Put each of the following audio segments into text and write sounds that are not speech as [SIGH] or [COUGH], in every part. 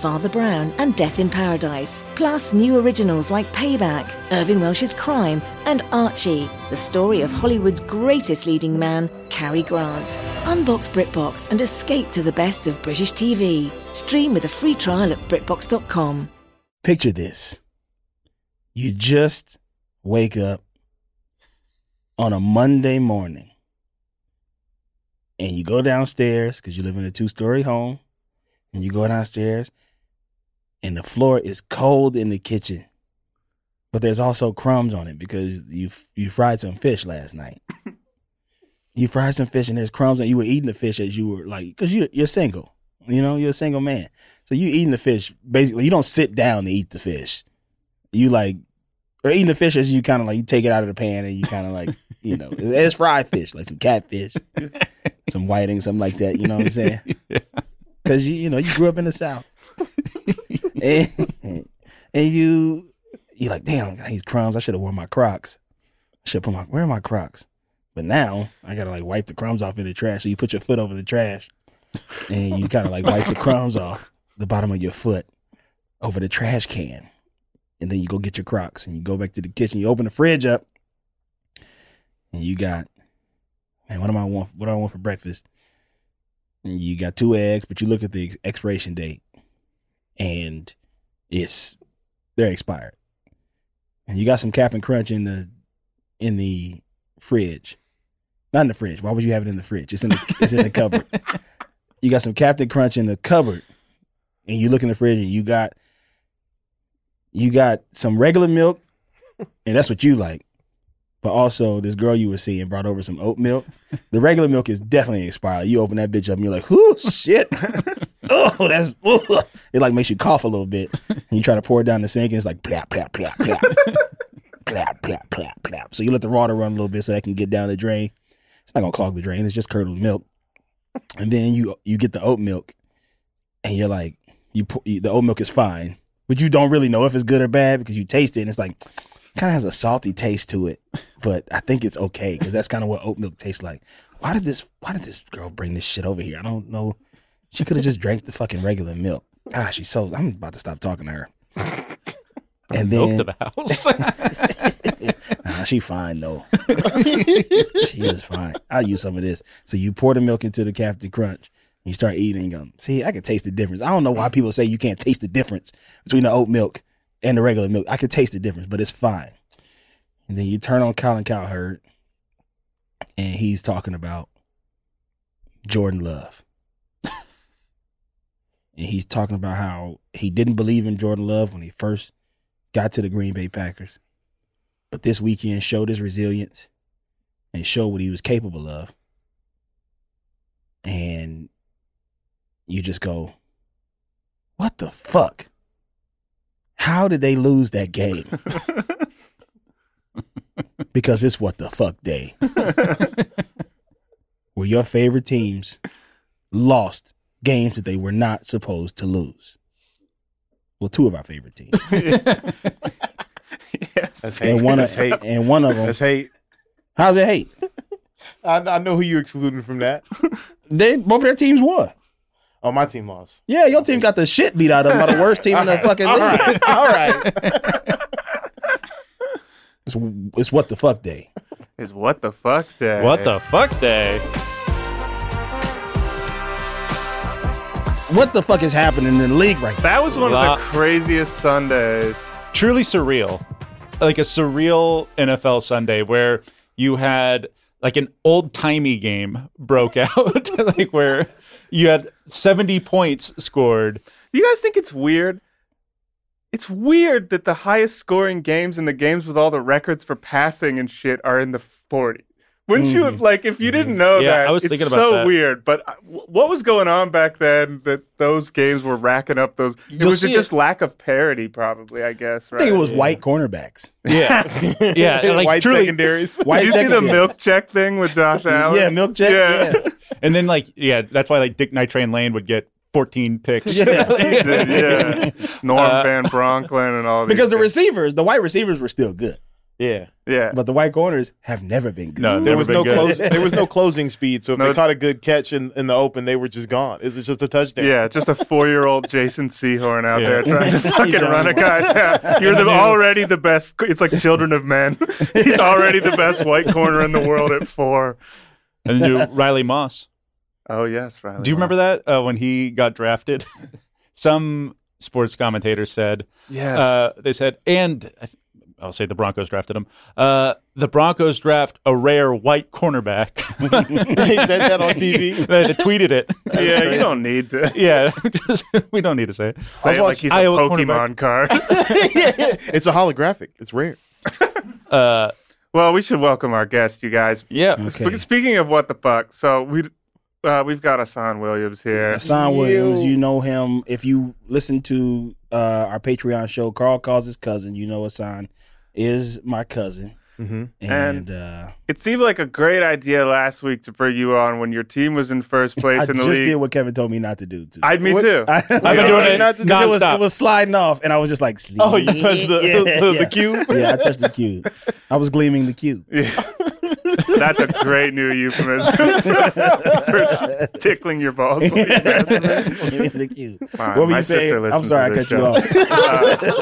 Father Brown, and Death in Paradise. Plus, new originals like Payback, Irving Welsh's Crime, and Archie, the story of Hollywood's greatest leading man, Cary Grant. Unbox BritBox and escape to the best of British TV. Stream with a free trial at BritBox.com. Picture this. You just wake up on a Monday morning and you go downstairs because you live in a two story home and you go downstairs and the floor is cold in the kitchen, but there's also crumbs on it because you you fried some fish last night. you fried some fish and there's crumbs and you were eating the fish as you were like because you, you're single, you know, you're a single man. So you eating the fish basically. You don't sit down to eat the fish. You like or eating the fish is you kind of like you take it out of the pan and you kind of like you know it's fried fish like some catfish, some whiting, something like that. You know what I'm saying? Because you you know you grew up in the south, and, and you you like damn I got these crumbs. I should have worn my Crocs. I should put my where are my Crocs? But now I gotta like wipe the crumbs off in the trash. So you put your foot over the trash, and you kind of like wipe the crumbs off the bottom of your foot over the trash can and then you go get your Crocs and you go back to the kitchen. You open the fridge up, and you got, man, what am I want? What do I want for breakfast? And you got two eggs, but you look at the ex- expiration date, and it's they're expired. And you got some Cap'n Crunch in the in the fridge, not in the fridge. Why would you have it in the fridge? It's in the it's in the cupboard. You got some Captain Crunch in the cupboard, and you look in the fridge and you got you got some regular milk, and that's what you like. But also, this girl you were seeing brought over some oat milk. The regular milk is definitely expired. You open that bitch up and you're like, "Whoo, shit! oh, that's ugh." it." Like makes you cough a little bit, and you try to pour it down the sink, and it's like plap plap plap plap plap plap plap plap. So you let the water run a little bit so that can get down the drain. It's not gonna clog the drain. It's just curdled milk, and then you you get the oat milk, and you're like, you, pour, you the oat milk is fine, but you don't really know if it's good or bad because you taste it and it's like kind of has a salty taste to it but i think it's okay because that's kind of what oat milk tastes like why did this why did this girl bring this shit over here i don't know she could have just drank the fucking regular milk gosh she's so i'm about to stop talking to her and Milk then to the house. [LAUGHS] [LAUGHS] Nah, she fine though. [LAUGHS] she is fine. I'll use some of this. So you pour the milk into the Captain Crunch. And you start eating them. See, I can taste the difference. I don't know why people say you can't taste the difference between the oat milk and the regular milk. I can taste the difference, but it's fine. And then you turn on Colin Cowherd, and he's talking about Jordan Love. and he's talking about how he didn't believe in Jordan Love when he first got to the Green Bay Packers but this weekend showed his resilience and showed what he was capable of. And you just go, what the fuck? How did they lose that game? because it's what the fuck day. Where your favorite teams lost games that they were not supposed to lose. Well, two of our favorite teams. That's hate. and one of That's hate. and one of them. That's hate. How's it hate? I, I know who you excluding from that. They both their teams won. Oh, my team lost. Yeah, your team got the shit beat out of them by the worst team in the fucking league. All right. All right. It's, it's what the fuck day. Is what the fuck day? what the fuck day? What the fuck is happening in the league right now? That was one Wow. of the craziest Sundays. Truly surreal. Like a surreal NFL Sunday where you had like an old timey game broke [LAUGHS] out, like where you had 70 points scored. You guys think it's weird? It's weird that the highest scoring games and the games with all the records for passing and shit are in the 40. Wouldn't you have like if you didn't know Mm-hmm. Yeah, that? I was it's thinking about so that. weird. But I- wh- what was going on back then that those games were racking up those? It You'll was see just it- lack of parity, probably. I guess. I Right? think it was white cornerbacks. [LAUGHS] Yeah. Yeah. Like White truly. secondaries. White Did you see the secondary. milk check [LAUGHS] thing with Josh Allen? Yeah, milk check. Yeah. And then like, yeah, that's why like Dick Nitrain Lane would get 14 picks. [LAUGHS] Yeah. He did, [LAUGHS] yeah. Norm Van Bronklin and all these Uh, because the guys. receivers, the white receivers were still good, Yeah. yeah. but the white corners have never been good. No, There Never was been no good. close. There was no closing speed. So if No. they caught a good catch in, in the open, they were just gone. It's it's just a touchdown. Yeah, just a four-year-old Jason Seahorn out Yeah. there trying to [LAUGHS] He fucking does. run a guy [LAUGHS] down. You're the, already the best. It's like Children of Men. He's already the best white corner in the world at four. And then you- Riley Moss. Oh yes, Riley. Do you remember Moss. that uh, when he got drafted? [LAUGHS] Some sports commentator said, Yes. uh, they said, and I th- I'll say the Broncos drafted him. Uh, the Broncos draft a rare white cornerback. [LAUGHS] [LAUGHS] they said that on TV. they tweeted it. [LAUGHS] yeah, you don't need to say Yeah, [LAUGHS] just, we don't need to say it. it like he's a Iowa Pokemon card. [LAUGHS] It's a holographic. It's rare. Uh, well, we should welcome our guest, you guys. yeah, Okay. Sp- Speaking of what the fuck, so we uh, we've got Asan Williams here. Hassan Williams, you know him. If you listen to uh, our Patreon show, Carl calls his cousin. You know Hassan is my cousin, Mhm. and, uh, It seemed like a great idea last week to bring you on when your team was in first I place in just the did league. what Kevin told me not to do. Too. I me What- too. I, I've been Yeah. doing it Not to- It was, nonstop. it was sliding off, and I was just like, sleep. Oh, [LAUGHS] you touched the yeah, the, the, yeah. the cube. [LAUGHS] Yeah, I touched the cube. I was gleaming the cube. [LAUGHS] Yeah. [LAUGHS] That's a great new euphemism [LAUGHS] for tickling your balls. while you masturbate. Gleaming the cube. Fine, What were my you sister saying? listens I'm sorry, I to this cut you show. off. [LAUGHS]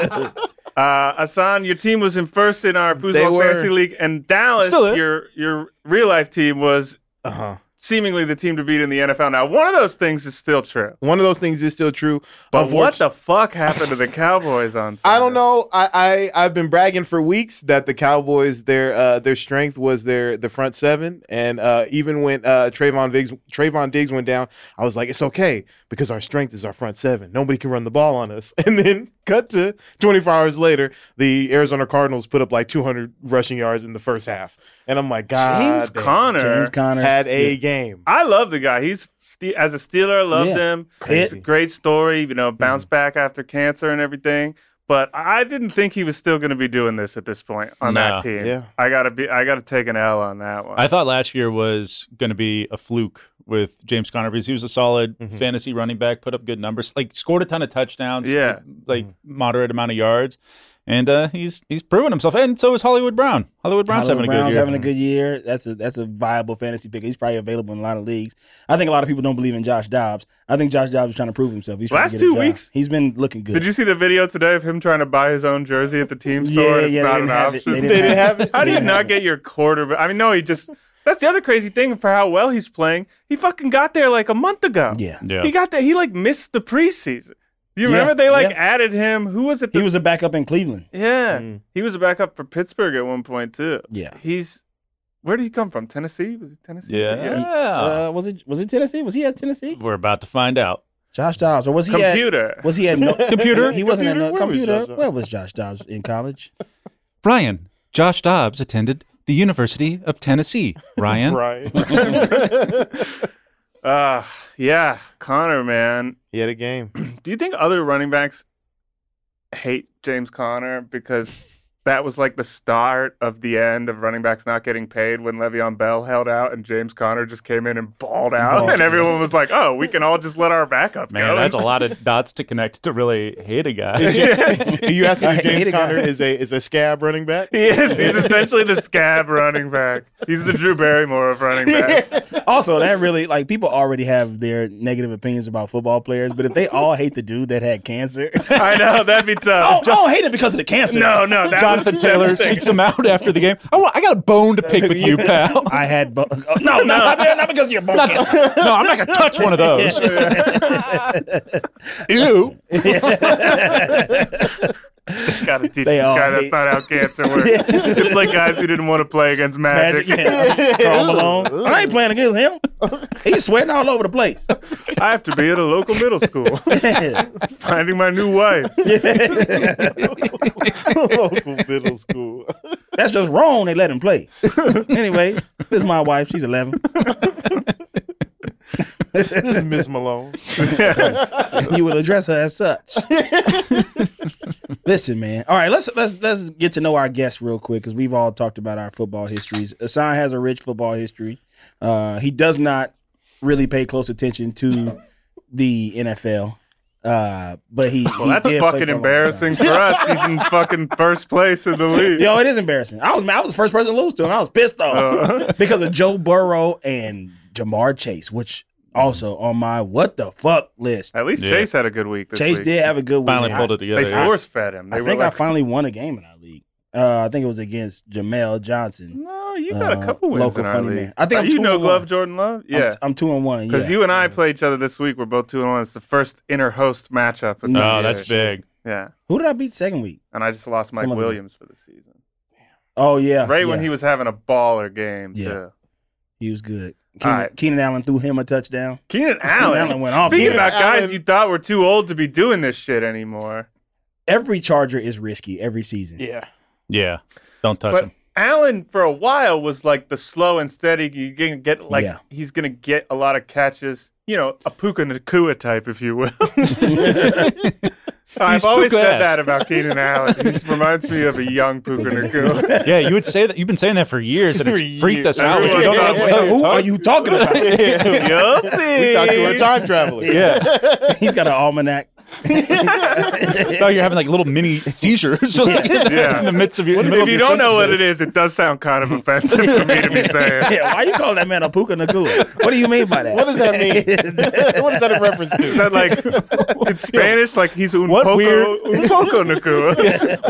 Uh, Asan, your team was in first in our They Foosball were. Fantasy League, and Dallas, Still is. your your real life team, was Uh Uh-huh. huh. seemingly the team to beat in the NFL. Now, one of those things is still true. One of those things is still true. But what Unfortunately- the fuck happened to the Cowboys on [LAUGHS] Sunday? I don't know. I, I I've been bragging for weeks that the Cowboys their uh, their strength was their the front seven, and uh, even when uh, Trayvon Diggs Trayvon Diggs went down, I was like, it's okay because our strength is our front seven. Nobody can run the ball on us. [LAUGHS] And then cut to 24 hours later, the Arizona Cardinals put up like 200 rushing yards in the first half, and I'm like, God, James damn, Conner Ah, James Conner had a game. I love the guy. He's st- as a Steeler, I love Yeah. Mm-hmm. him. Crazy. It's a great story, you know, bounce back after cancer and everything. But I didn't think he was still going to be doing this at this point on that No. team. Yeah. I gotta be. I gotta take an L on that one. I thought last year was going to be a fluke with James Conner because he was a solid fantasy running back, put up good numbers, like scored a ton of touchdowns, Yeah. like moderate amount of yards, and uh, he's he's proven himself. And so is Hollywood Brown. Hollywood Brown's Hollywood having a good Brown's year. having a good year. That's a that's a viable fantasy pick. He's probably available in a lot of leagues. I think a lot of people don't believe in Josh Dobbs. I think Josh Dobbs is trying to prove himself. He's trying Last to get a two job. weeks? he's been looking good. Did you see the video today of him trying to buy his own jersey at the team store? and [LAUGHS] it's yeah, they not didn't an have it. option. They didn't They didn't have have it. it. How do They you didn't have not it. get your quarterback? I mean, no, he just. That's the other crazy thing for how well he's playing. He fucking got there like a month ago. yeah, Yeah. He got there. He like missed the preseason. Do you Yeah, remember they like yeah. added him? Who was it? he was a backup in Cleveland. Yeah, Mm. he was a backup for Pittsburgh at one point too. Yeah. He's. Where did he come from? Tennessee? Was he Tennessee? yeah. Uh, was it was it Tennessee? Was he at Tennessee? We're about to find out. Josh Dobbs, or was he at? Computer. Was he at no, Computer? He wasn't at Computer? no, Where was computer. Josh Dobbs? Where was Josh Dobbs in college? Brian, Josh Dobbs attended the University of Tennessee. Ryan, [LAUGHS] Right. [LAUGHS] uh, yeah, Connor, man. he had a game. Do you think other running backs hate James [LAUGHS] Conner because that was like the start of the end of running backs not getting paid when Le'Veon Bell held out and James Conner just came in and balled out Balled. and everyone was like, "Oh, we can all just let our backup man, go." [LAUGHS] that's a lot of dots to connect to really hate a guy. Are you asking [LAUGHS] I hate if James a guy. Conner is a is a scab running back? He is. He's essentially the scab running back. He's the Drew Barrymore [LAUGHS] of running backs. Also, that really like people already have their negative opinions about football players, but if they all hate the dude that had cancer, I know that'd be oh, tough. I don't hate it because of the cancer. [LAUGHS] no, no, that Jonathan was Taylor everything. seeks him out after the game. I, want, I got a bone to pick with you, pal. I had bone. Oh, [LAUGHS] no, no, not, not [LAUGHS] because of your bone cancer. [LAUGHS] no, I'm not gonna touch [LAUGHS] one of those. Ew. Gotta teach They this all guy that's hate- not [LAUGHS] how cancer works. it's like guys who didn't want to play against [LAUGHS] Magic. Magic. Yeah. Carl Malone. I ain't playing against him. He's sweating all over the place. [LAUGHS] I have to be at a local middle school [LAUGHS] finding my new wife. [LAUGHS] local middle school. That's just wrong. They let him play. anyway, this is my wife. She's 11. [LAUGHS] this is Miss Malone. You will address her as such. Listen, man. All right, let's let's let's get to know our guest real quick because we've all talked about our football histories. Asan has a rich football history. Uh, he does not really pay close attention to the NFL. Uh, but he. Well, he that's did play for a long fucking time. embarrassing for us. He's in fucking first place in the league. Yo, it is embarrassing. I was I was the first person to lose to him. I was pissed off Uh. [LAUGHS] because of Joe Burrow and Jamar Chase, which also on my what the fuck list. [LAUGHS] At least Yeah. Chase had a good week. This Chase week. did have a good week. Finally pulled it They together. yeah. force fed him. They I were think like, I finally won a game in our league. Uh, I think it was against Jamel Mm. Johnson. No, you got Uh, a couple wins local in our funny league. man. I think Uh, I'm you two know and Glove one. Jordan Love. I'm- Yeah, I'm, two and one. because Yeah. you and I play each other this week. We're both two and one. It's the first inner host matchup. in the Oh, year. that's big. Yeah, Who did I beat second week? and I just lost Mike Someone- Williams for the season. Oh yeah, Right yeah. when he was having a baller game. Yeah. too. he was good. All Keenan, right. Keenan Allen threw him a touchdown. Keenan Keenan Allen. Allen went off. Speaking Yeah. about guys Allen. you thought were too old to be doing this shit anymore. every Charger is risky every season. Yeah. Yeah. Don't touch But him. Allen for a while was like the slow and steady. You're gonna get like Yeah. he's gonna get a lot of catches. You know, a Puka Nakua type, if you will. [LAUGHS] I've He's always said Puka-esque. that about Keenan Allen. He just reminds me of a young Puka Nakua. Yeah, you would say that. You've been saying that for years, and For it's freaked us out. We Everyone- don't know Yeah. what Who are you're you talking about? You'll [LAUGHS] We thought [LAUGHS] you were a see. time traveler. [LAUGHS] Yeah. [LAUGHS] He's got an almanac. talking- thought you're having like little mini seizures [LAUGHS] like, Yeah. in the midst of your. in the middle of If you your don't know what it sentences. is, it does sound kind of offensive for me [LAUGHS] to be saying. Yeah, why you calling that man a puka nakua? What do you mean by that? What does that mean? what is that in reference Is to? that [LAUGHS] like in Spanish? Like he's un What poco, weird- [LAUGHS] un poco Nakua.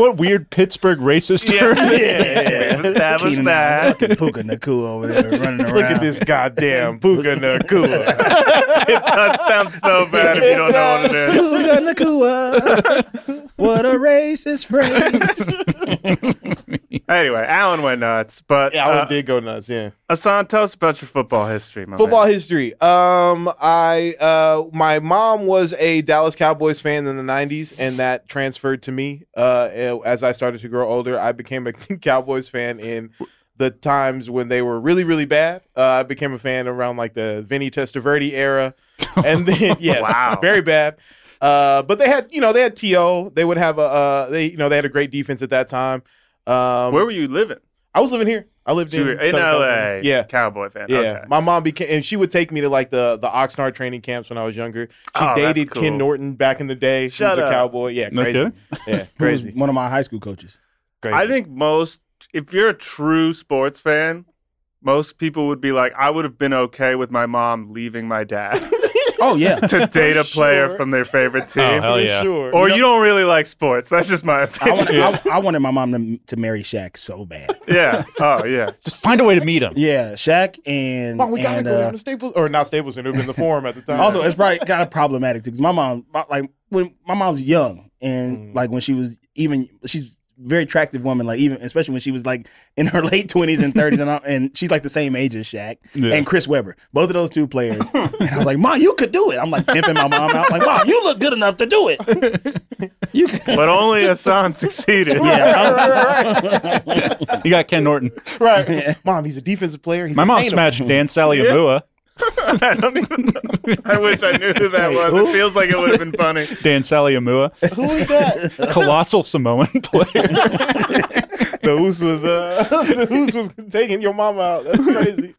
[LAUGHS] what weird Pittsburgh racist term? Yeah. [LAUGHS] [LAUGHS] yeah. We've established Keenan that. Allen, fucking puka nakua over there [LAUGHS] running around. Look at this goddamn Puka Nakua. it does sound [LAUGHS] so bad if you don't know what it is. Puka nakua. [LAUGHS] What a racist phrase. Anyway, Alan went nuts, but Yeah, I uh, did go nuts. Yeah. Asan, tell us about your football history, my Football man. history. Um, I uh, my mom was a Dallas Cowboys fan in the '90s, and that transferred to me. Uh, as I started to grow older, I became a [LAUGHS] Cowboys fan in the times when they were really, really bad. Uh, I became a fan around like the Vinny Testaverde [LAUGHS] era, and then [LAUGHS] yes, Wow. very bad. Uh, but they had, you know, they had To. They would have a, uh, they, you know, they had a great defense at that time. Um, Where were you living? I was living here. I lived You were in in Southern LA. California. Yeah, Cowboy fan. yeah, Okay. my mom became, and she would take me to like the the Oxnard training camps when I was younger. She Oh, that's dated cool. Ken Norton back in the day. She Shut was a up. cowboy. Yeah, No crazy. kidding? [LAUGHS] Yeah, Who was crazy. one of my high school coaches. crazy. I think most, if you're a true sports fan, most people would be like, I would have been okay with my mom leaving my dad Oh, yeah. to date a player Sure. from their favorite team. Oh, hell For yeah. sure. Or you don't really like sports. That's just my I opinion. wanted, I, I wanted my mom to, to marry Shaq so bad. [LAUGHS] yeah. Oh, yeah. Just find a way to meet him. Yeah, Shaq and. Mom, we gotta and, go uh, down to Staples or not Staples Center. It was in the Forum at the time. Also, it's probably kind of problematic too, because my mom, my- like when my mom's young, and Mhm. like when she was even, she's a very attractive woman, like even especially when she was like in her [LAUGHS] late twenties and thirties, and I, and she's like the same age as Shaq Yeah. and Chris Webber, both of those two players. and I was like, Mom, you could do it. I'm like pimping my mom out, like Mom, you look good enough to do it. You, could. But only Asan succeeded. yeah, [LAUGHS] right, right, right, You got Ken Norton. [LAUGHS] right. right. Mom, he's a defensive player. He's My mom attainable. smashed Dan Saliamua. I don't even know. [LAUGHS] I wish I knew who that Wait, was. It who? feels like it would have been funny. Dan Saliamua, [LAUGHS] Who is [LAUGHS] that? colossal Samoan [LAUGHS] player. the Hoos was uh, [LAUGHS] the Hoos was taking your mom out. That's crazy.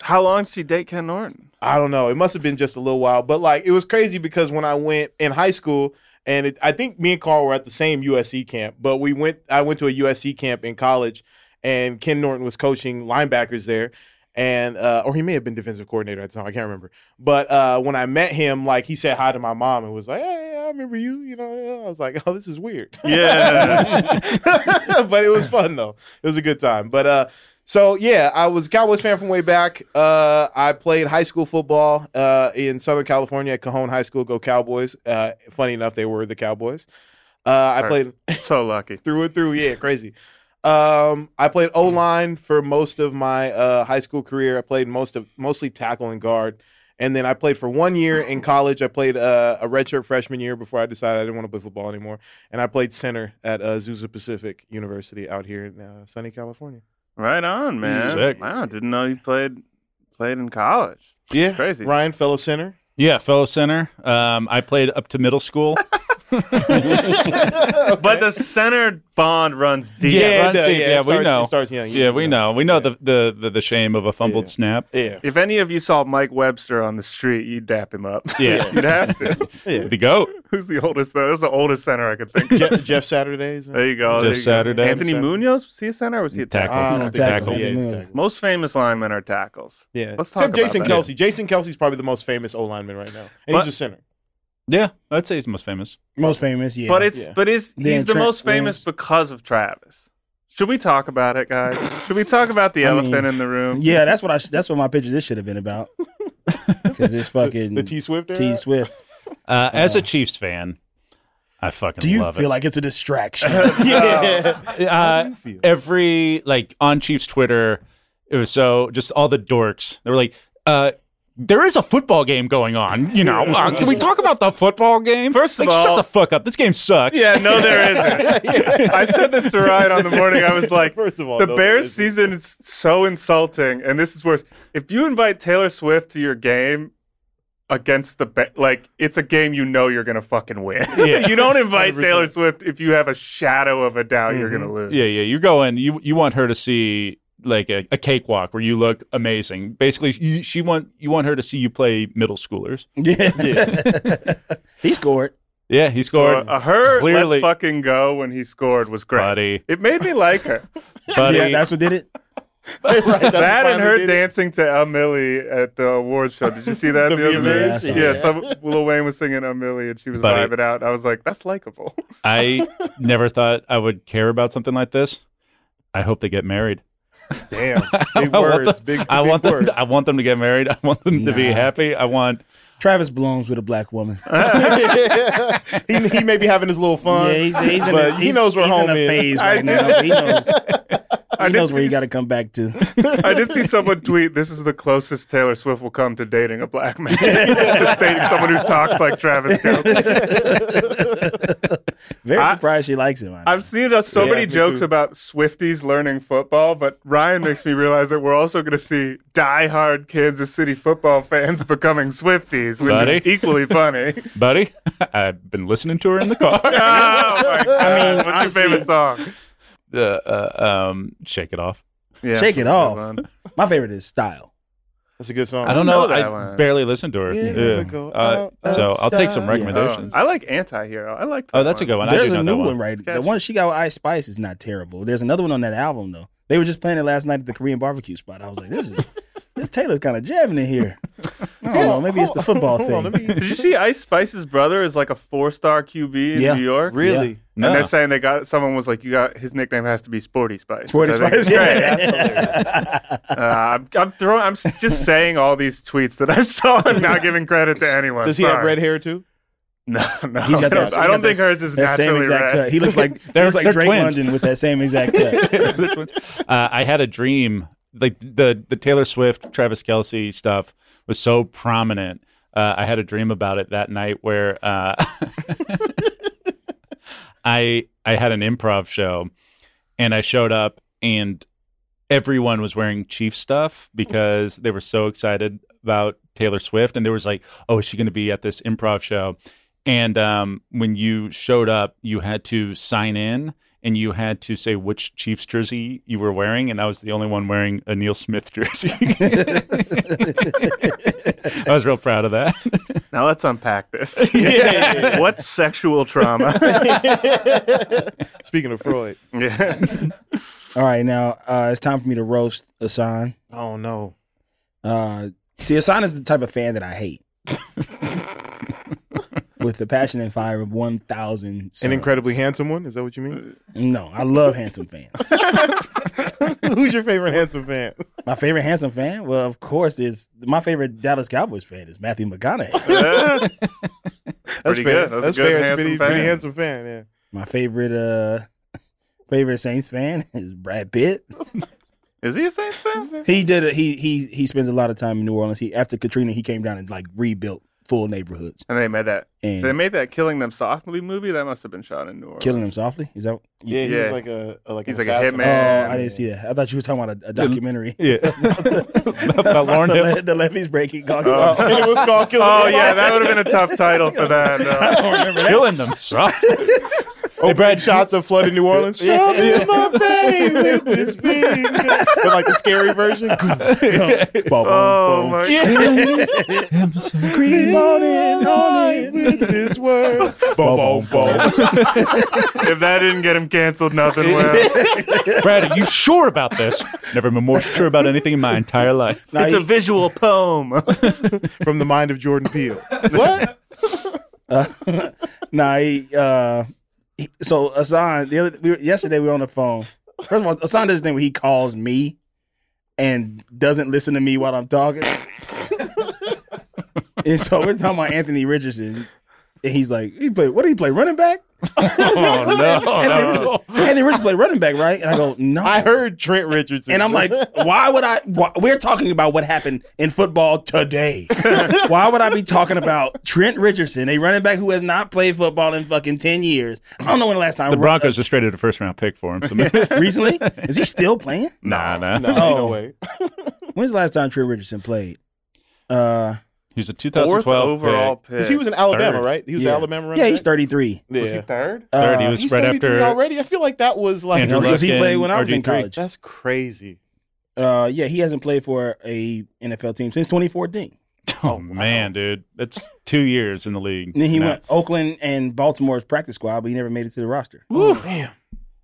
How long did she date Ken Norton? I don't know. It must have been just a little while, but like it was crazy because when I went in high school, and it, I think me and Carl were at the same USC camp, but we went. I went to a USC camp in college, and Ken Norton was coaching linebackers there, and uh, or he may have been defensive coordinator at the time. I can't remember. But uh, when I met him, like he said hi to my mom and was like, "Hey, I remember you." You know, I was like, [LAUGHS] "Oh, this is weird." Yeah. [LAUGHS] but it was fun though. It was a good time. But uh, so yeah, I was a Cowboys fan from way back. Uh, I played high school football uh, in Southern California at Cajon High School. Go Cowboys! Uh, funny enough, they were the Cowboys. Uh, I Right. played so lucky. through and through. Yeah, crazy. Um, I played Hmm. O line for most of my uh, high school career. I played most of mostly tackle and guard, and then I played for one year [LAUGHS] in college. I played uh, a redshirt freshman year before I decided I didn't want to play football anymore, and I played center at uh, Azusa Pacific University out here in uh, sunny California. Right on, man. Sick. Wow, didn't know you played played in college. Yeah, crazy. Ryan, fellow center. yeah, fellow center. Um, I played up to middle school. But the center bond runs deep. Yeah, it Ron does. Steve, it yeah, we starts- know. It starts young. Yeah, we know. We know the the the, the shame of a fumbled Yeah. snap. Yeah. If any of you saw Mike Webster on the street, you'd dap him up. Yeah. [LAUGHS] you'd have to. yeah. The goat. Who's the oldest? That was the oldest center I could [LAUGHS] think of. Jeff, Jeff Saturdays. There you go. Jeff there you go. Saturday. Anthony Saturday. Munoz was he a center? Or was he a tackle? Tackle. I don't He's a think- tackle. Ah, Yeah, he's a Yeah. tackle. Most famous linemen are tackles. Yeah. Let's talk Except about Jason that. Kelsey. Jason Kelsey's probably the most famous O lineman right now. And But- he's a center. Yeah, I'd say he's most famous. Most famous, yeah. but it's yeah. but is Then he's the Trent most famous Williams. because of Travis. Should we talk about it, guys? Should we talk about the I elephant mean, in the room? yeah, that's what I. Sh- that's what my picture. This should have been [LAUGHS] about. Because it's fucking The T Swift. T Swift. Uh, as a Chiefs fan, I fucking Do you love feel it. like it's a distraction? [LAUGHS] Yeah. How do uh, you feel? every like on Chiefs Twitter, it was so just all the dorks. They were like, uh, "There is a football game going on." You know, uh, can we talk about the football game? First of like, all- shut the fuck up. This game sucks. [LAUGHS] Yeah, no, there isn't. I said this to Ryan on the morning. I [LAUGHS] was like, First of all, the no, Bears there isn't. season is so insulting, and this is worse. If you invite Taylor Swift to your game against the Ba- like, it's a game you know you're gonna fucking win. [LAUGHS] you don't invite Taylor Swift if you have a shadow of a doubt you're Mm-hmm. gonna lose. yeah, yeah. You go in. You you want her to see like a, a cakewalk where you look amazing. Basically, you, she want you want her to see you play middle schoolers. yeah. he scored. Yeah, he Or, scored. uh, her Clearly- let's fucking go when he scored was great. [LAUGHS] buddy, It made me like her. buddy. Yeah, that's what did it. Right, that's [LAUGHS] that why and we her did it. dancing to El Millie at the awards show. Did you see that The the, other day? VMAs, Yeah, yeah. some Lil Wayne was singing El Millie and she was Buddy. vibing out. I was like, that's likable. I never thought I would care about something like this. I hope they get married. Damn. Big I want words. them- big [LAUGHS] I big want them. words. I want them to get married. I want them to be Nah. happy. I want. Travis Blooms with a black woman. Uh-huh. he, he may be having his little fun. yeah, he's, he's in but a, he he's- knows where he's home in a is. phase I right now. He knows. [LAUGHS] I He did, knows where see, you got to come back to. I did see someone tweet, this is the closest Taylor Swift will come to dating a black man. [LAUGHS] Just dating someone who talks like Travis Kelce. Very I- surprised she likes him. I've seen uh, so Yeah, many me jokes too. about Swifties learning football, but Ryan makes me realize that we're also going to see diehard Kansas City football fans [LAUGHS] becoming Swifties, which Buddy. is equally funny. Buddy, [LAUGHS] I've been listening to her in the car. [LAUGHS] oh my God. mean, What's honestly- your favorite song? uh, uh, um, shake it off. Yeah, Shake it that's off. a good [LAUGHS] one. Oh, My favorite is Style. That's a good song. I don't know know. that I one. barely listened to her. Yeah, Yeah. go Uh, out so I'll take outside. Oh, some Yeah. recommendations. I like Anti-Hero. I like that Oh, that's a one. good one. I There's do know a that new one. one, right? catchy. The one she got with Ice Spice is not terrible. There's another one on that album though. They were just playing it last night at the Korean barbecue spot. I was like, this [LAUGHS] is this Taylor's kind of jamming in here. I don't know. Maybe it's the football Hold on, thing. [LAUGHS] let me- Did you see Ice Spice's brother is like a four-star QB in Yeah. New York? Really? And No. they're saying they got someone was like, "You got his nickname has to be Sporty Spice." Sporty which I think [LAUGHS] Spice. [LAUGHS] is great. Yeah, that's Uh, I'm, I'm throwing. I'm s- just saying all these tweets that I saw and not giving credit to anyone. Does he Sorry. have red hair too? No, no. He's I got don't, that, I he don't got think that- hers is that same naturally exact red. cut. He looks [LAUGHS] like he They're- looks like they're Drake twins. London with that same exact cut. [LAUGHS] This one's- uh, I had a dream. Like the the Taylor Swift, Travis Kelsey stuff was so prominent. Uh, I had a dream about it that night where uh, [LAUGHS] I I had an improv show, and I showed up, and everyone was wearing Chief stuff because they were so excited about Taylor Swift, and there was like, oh, is she going to be at this improv show? And um, when you showed up, you had to sign in and you had to say which Chiefs jersey you were wearing, and I was the only one wearing a Neil Smith jersey. [LAUGHS] I was real proud of that. Now let's [LAUGHS] unpack this. What's sexual trauma? [LAUGHS] Speaking of Freud. yeah. All right, now uh, it's time for me to roast Asan. Oh no. Uh, see, Asan is the type of fan that I [LAUGHS] hate. With the passion and fire of 1,000. An suns. incredibly handsome one? Is that what you mean? [LAUGHS] No, I love handsome fans. Who's your favorite handsome fan? My favorite handsome fan, well, of course, is my favorite Dallas Cowboys fan is Matthew McConaughey. Uh, That's Pretty fair. good. That's a That's good fair. handsome pretty, pretty fan. handsome fan. Yeah. My favorite uh favorite Saints fan is Brad Pitt. Is he a Saints fan? He did a, he he he spends a lot of time in New Orleans. He after Katrina, he came down and like rebuilt full neighborhoods. And they made that. And They made that Killing Them Softly movie. That must have been shot in New Orleans. killing them softly. Is that? Yeah, he Yeah. was like a, a- like He's an like a assassin. hitman. Oh, I didn't see that. I thought you were talking about a, a documentary. Yeah. [LAUGHS] About About Lauren [LAUGHS] the, Hill. le- the levees breaking. Gone. Uh, Oh. [LAUGHS] [LAUGHS] and it was called Killing Oh Them yeah, Softly. that would have been a tough title for that. I [LAUGHS] uh, don't remember that. Killing them soft. Opening shots of flooded New [LAUGHS] Orleans. Yeah. Strumming my pain with this beat. [LAUGHS] But like the scary [LAUGHS] version. Boom, oh boom, my. boom. Falling in line with this world. Boom, boom, boom. If that didn't get him canceled, nothing will. Brad, are you sure about this? Never been more sure about anything in my entire life. Now It's a he- visual poem. [LAUGHS] From the mind of Jordan Peele. What? [LAUGHS] Uh, nah, he, uh, he- so Asan, the other, we were, yesterday we were on the phone. First of all, Asan does this thing where he calls me and doesn't listen to me while I'm talking. and so we're talking about Anthony Richardson, and he's like, "He play what? Did he play running back? Oh, no, no. Anthony Richardson played running back, right?" And I go, "No, I heard Trent Richardson. And I'm like, why would I? Why, we're talking about what happened in football [LAUGHS] today. why would I be talking about Trent Richardson, a running back who has not played football in fucking 10 years? I don't know when the last time. The Broncos just traded a first round pick for him. So [LAUGHS] Recently? Is he still playing? nah, nah. no, Oh. no way. When's the last time Trent Richardson played? Uh, He was a Fourth 2012 overall pick. pick. Because he was in Alabama, Third. right? He was Yeah. an Alabama running yeah, he's back? 33. Was he Yeah. third? Third, he Uh, was He's right 33 after already? I feel like that was like. Andrew because he Luck played and when I was in RG3. college. That's crazy. Uh, yeah, he hasn't played for a NFL team since 2014. Oh man, dude, that's two years in the league. And then he No. went Oakland and Baltimore's practice squad, but he never made it to the roster. Woo. Damn.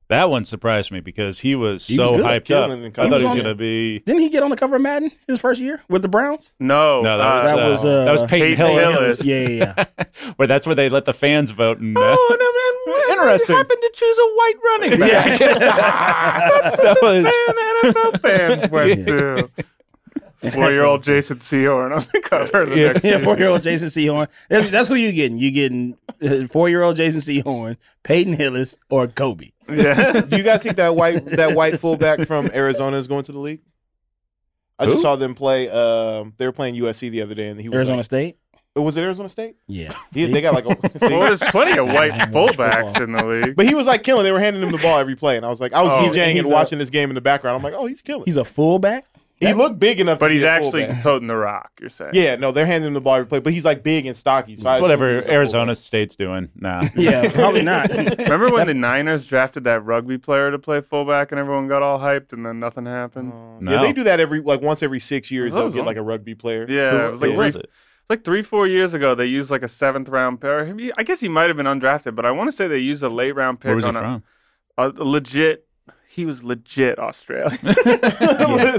That one surprised me because he was He so was good. hyped Killing up. it in I college. thought he was He was on going to be. Didn't he get on the cover of Madden his first year with the Browns? No, No, uh, that [LAUGHS] that was was, uh, uh, that was Peyton, Peyton Hillis. Hillis. Yeah, yeah, yeah. [LAUGHS] Where that's where they let the fans vote. And, uh, oh, interesting. happened to choose a white running back. that's [LAUGHS] that was. And NFL fans went to. Four-year-old Jason Seahorn on the cover of the Yeah. next Yeah, year. four year old Jason Seahorn. That's, that's who you getting. You getting four year old Jason Seahorn, Peyton Hillis, or Kobe. Yeah. Do you guys think that white that white fullback from Arizona is going to the league? I just Who? saw them play. Um, they were playing USC the other day, and he was Arizona Like, State. Oh, was it Arizona State? Yeah, He, they got like a. see? Well, there's plenty of white fullbacks in the league. but he was like killing. They were handing him the ball every play, and I was like, I was Oh, DJing he's and a- watching this game in the background. I'm like, oh, he's killing. he's a fullback. he looked big enough, But to he's be a actually fullback. toting the rock, you're saying. Yeah, no, they're handing him the ball every play, but he's like big and stocky. So I assume he Whatever was a Arizona State's doing. Nah. Yeah, probably [LAUGHS] not. That Remember when the Niners drafted that rugby player to play fullback and everyone got all hyped and then nothing happened? fullback. No. Yeah, they do that every like once every six years. That They'll was get on- like a rugby player. yeah, it was like Yeah. three, like three, four years ago. They used like a seventh round pair. I guess he might have been undrafted, but I want to say they used a late round pick Where was he on a, from? a legit. He was legit [LAUGHS] Australian, [LAUGHS]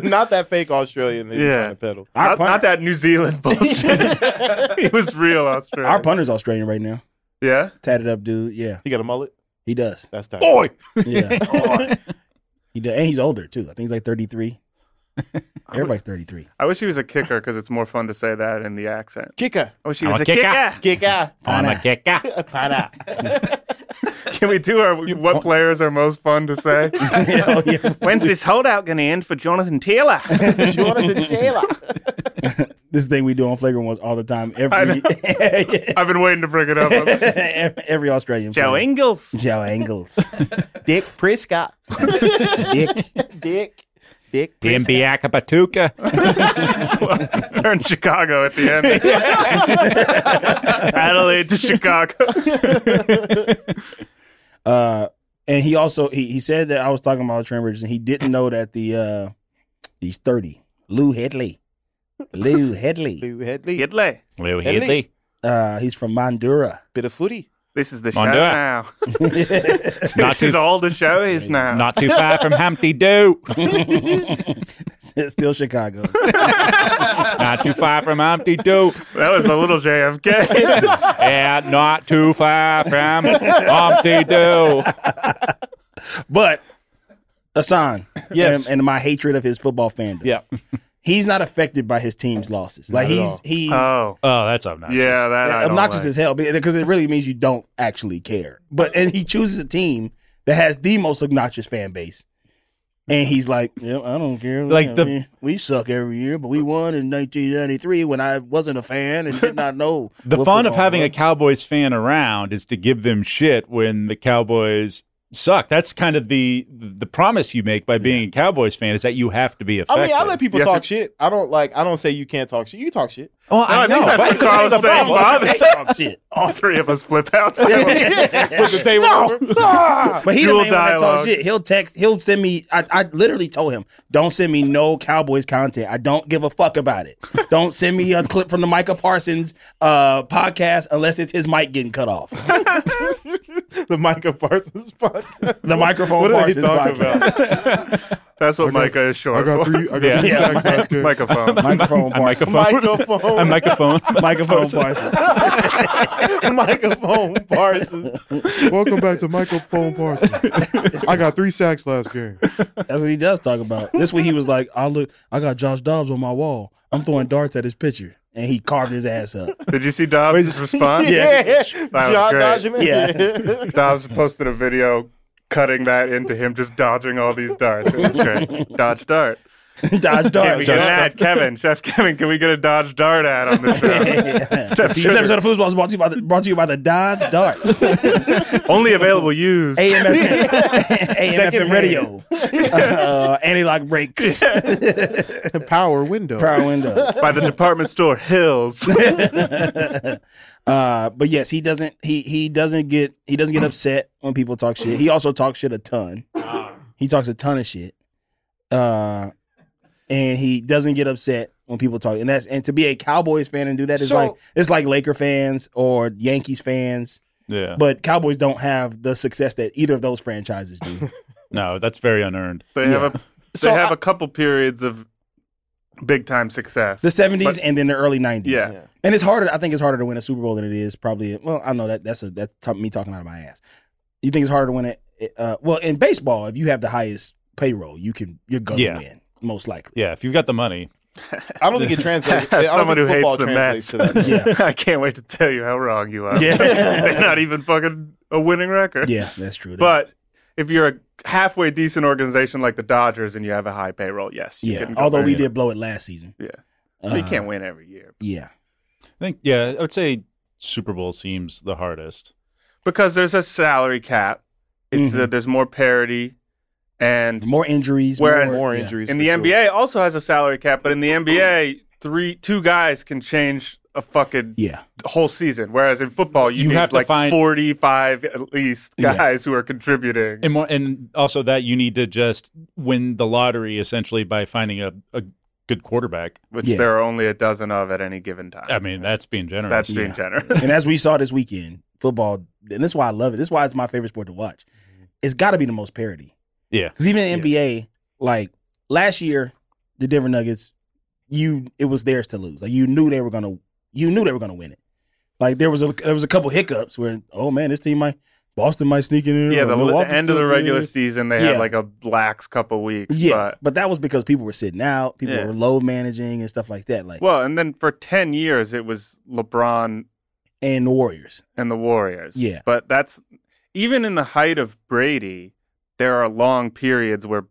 not that fake Australian. That yeah, Yeah. trying to pedal. Our not, pun- not that [LAUGHS] New Zealand bullshit. he was real Australian. Our punter's Australian right now. yeah, Tatted up dude. Yeah, He got a mullet. he does. That's tight. Boy. Yeah, he does. And he's older too. I think he's like thirty three. Everybody's thirty three. I wish he was a kicker because it's more fun to say that in the accent. Kicker. I wish he I'm was a a kicker. kicker. [LAUGHS] Kicker. On a kicker. Pana. Can we do our what players are most fun to say? [LAUGHS] yeah, yeah. [LAUGHS] When's this holdout going to end for Jonathan Taylor? Jonathan Taylor. This thing we do on flagrant ones all the time. Every [LAUGHS] [LAUGHS] I've been waiting to bring it up. every Australian. [LAUGHS] Joe player. Ingles. Joe Angles. Dick Prescott. [LAUGHS] [LAUGHS] Dick. Dick. Dick Prescott. Bimbiaka [LAUGHS] Patuka. [LAUGHS] Turn Chicago at the [LAUGHS] end. Adelaide to [LAUGHS] Chicago. Uh, and he also he, he said that I was talking about Trent Richardson. He didn't know that the uh he's thirty. Lou Headley. Lou Headley. Lou Headley. Italy. Lou Henley. Heatley. Uh he's from Mandura. Bit of footy. This is the show Mondua. now. Not this too, is all the show [LAUGHS] is now. not too far from Humpty Doo. [LAUGHS] Still Chicago. Not too far from Humpty Doo. that was a little [LAUGHS] JFK. Yeah, not too far from Humpty Doo. But Hassan. Yes. And, and my hatred of his football fandom. Yeah. He's not affected by his team's losses. Like at he's all. he's [LAUGHS] oh, Oh, that's obnoxious. yeah, that I don't obnoxious like. as hell because it really means you don't actually care. But and he chooses a team that has the most obnoxious fan base, And he's like, "Yep, I don't care. Like Yeah, the- we, we suck every year, but we won in 1993 when I wasn't a fan and did not know The what fun of football having a was. Cowboys fan around is to give them shit when the Cowboys suck. That's kind of the the promise you make by being a Cowboys fan is that you have to be I effective. mean, I let people You have talk to- shit. I don't like. I don't say you can't talk shit. You [LAUGHS] talk shit. Oh, I No, I know. think that's but- what Carl was that's the saying, problem. Bob. That's- Hey, shit. All three of us [LAUGHS] flip out. Put the table over. Ah! But he Dual don't even want to talk dialogue. shit. He'll text. He'll send me. I, I literally told him, "Don't send me no Cowboys content. I don't give a fuck about it. don't send me a clip from the Micah Parsons uh, podcast unless it's his mic getting cut off. the Micah Parsons [LAUGHS] podcast. The microphone What are they Parsons talking podcast. about? That's what Micah is short for. I Yeah. three sacks [LAUGHS] [LAUGHS] Microphone. microphone A Parsons. microphone. Microphone. A [LAUGHS] microphone. [LAUGHS] [LAUGHS] Microphone Parsons. [LAUGHS] microphone Parsons. Welcome back to Michael Paul [LAUGHS] Parsons. I got three sacks last game. That's what he does talk about. This week he was like, "I look. I got Josh Dobbs on my wall. I'm throwing darts at his picture." And he carved his ass [LAUGHS] up. Did you see Dobbs' response? [LAUGHS] Yeah. was John great. Dodgman. Yeah. Dobbs posted a video cutting that into him just dodging all these darts. It was great. Dodge dart. Dodge Can we darts. get an ad, Kevin? Chef Kevin, can we get a Dodge dart ad on this [LAUGHS] show? This episode of Foosball is brought to you by the, brought to you by the Dodge [LAUGHS] Dart. Only available used. [LAUGHS] AMFM, Secondhand. AMFM radio, [LAUGHS] uh, anti-lock brakes, Power window. power windows. by the department store Hills. Uh, but yes, he doesn't. He he doesn't get he doesn't get upset when people talk shit. He also talks shit a ton. He talks a ton of shit. Uh, and he doesn't get upset when people talk. And that's and to be a Cowboys fan and do that is So- like it's like Laker fans or Yankees fans. Yeah. But Cowboys don't have the success that either of those franchises do. No, that's very unearned. They have a they So have I- a couple periods of big time success. the seventies and then the early nineties. Yeah. Yeah. And it's harder. I think it's harder to win a Super Bowl than it is probably. Well, I know that that's a that's t- me talking out of my ass. You think it's harder to win it? Uh, well, in baseball, if you have the highest payroll, you can you're gonna Yeah. win most likely. Yeah, if you've got the money. I don't think it [LAUGHS] translates. I [LAUGHS] As don't someone who think hates football the translates Mets, to [LAUGHS] that. I can't wait to tell you how wrong you are. Yeah. [LAUGHS] They're not even fucking a winning record. Yeah, that's true. But if you're a halfway decent organization like the Dodgers and you have a high payroll, yes, you yeah, can go although we very- did blow it last season. Yeah. Uh, you can't win every year Yeah, I think, yeah, I would say Super Bowl seems the hardest. because there's a salary cap. It's Mhm. that there's more parity, and more injuries. Whereas- More yeah. injuries in for the sure. NBA also has a salary cap. But in the NBA, three two guys can change a fucking Yeah, whole season. Whereas in football, you, You need have to like find- 45 at least Yeah. guys who are contributing. And more, and also that you need to just win the lottery essentially by finding a, a good quarterback. which Yeah. there are only a dozen of at any given time. I mean, that's being generous. that's being Yeah. generous. and as we saw this weekend, football, and this is why I love it. This is why it's my favorite sport to watch. It's got to be the most parity. Yeah. Because even in NBA, like last year, the Denver Nuggets, you it was theirs to lose. Like you knew they were gonna, you knew they were gonna win it. Like there was a there was a couple hiccups where oh man, this team might Boston might sneak in. yeah, or the, the Milwaukee's end of still the regular good. season, they had Yeah. like a lax couple weeks. Yeah, But, but, that was because people were sitting out, people Yeah. were load managing and stuff like that. Like well, and then for 10 years, it was LeBron and the Warriors. and the Warriors. Yeah. But that's even in the height of Brady, there are long periods where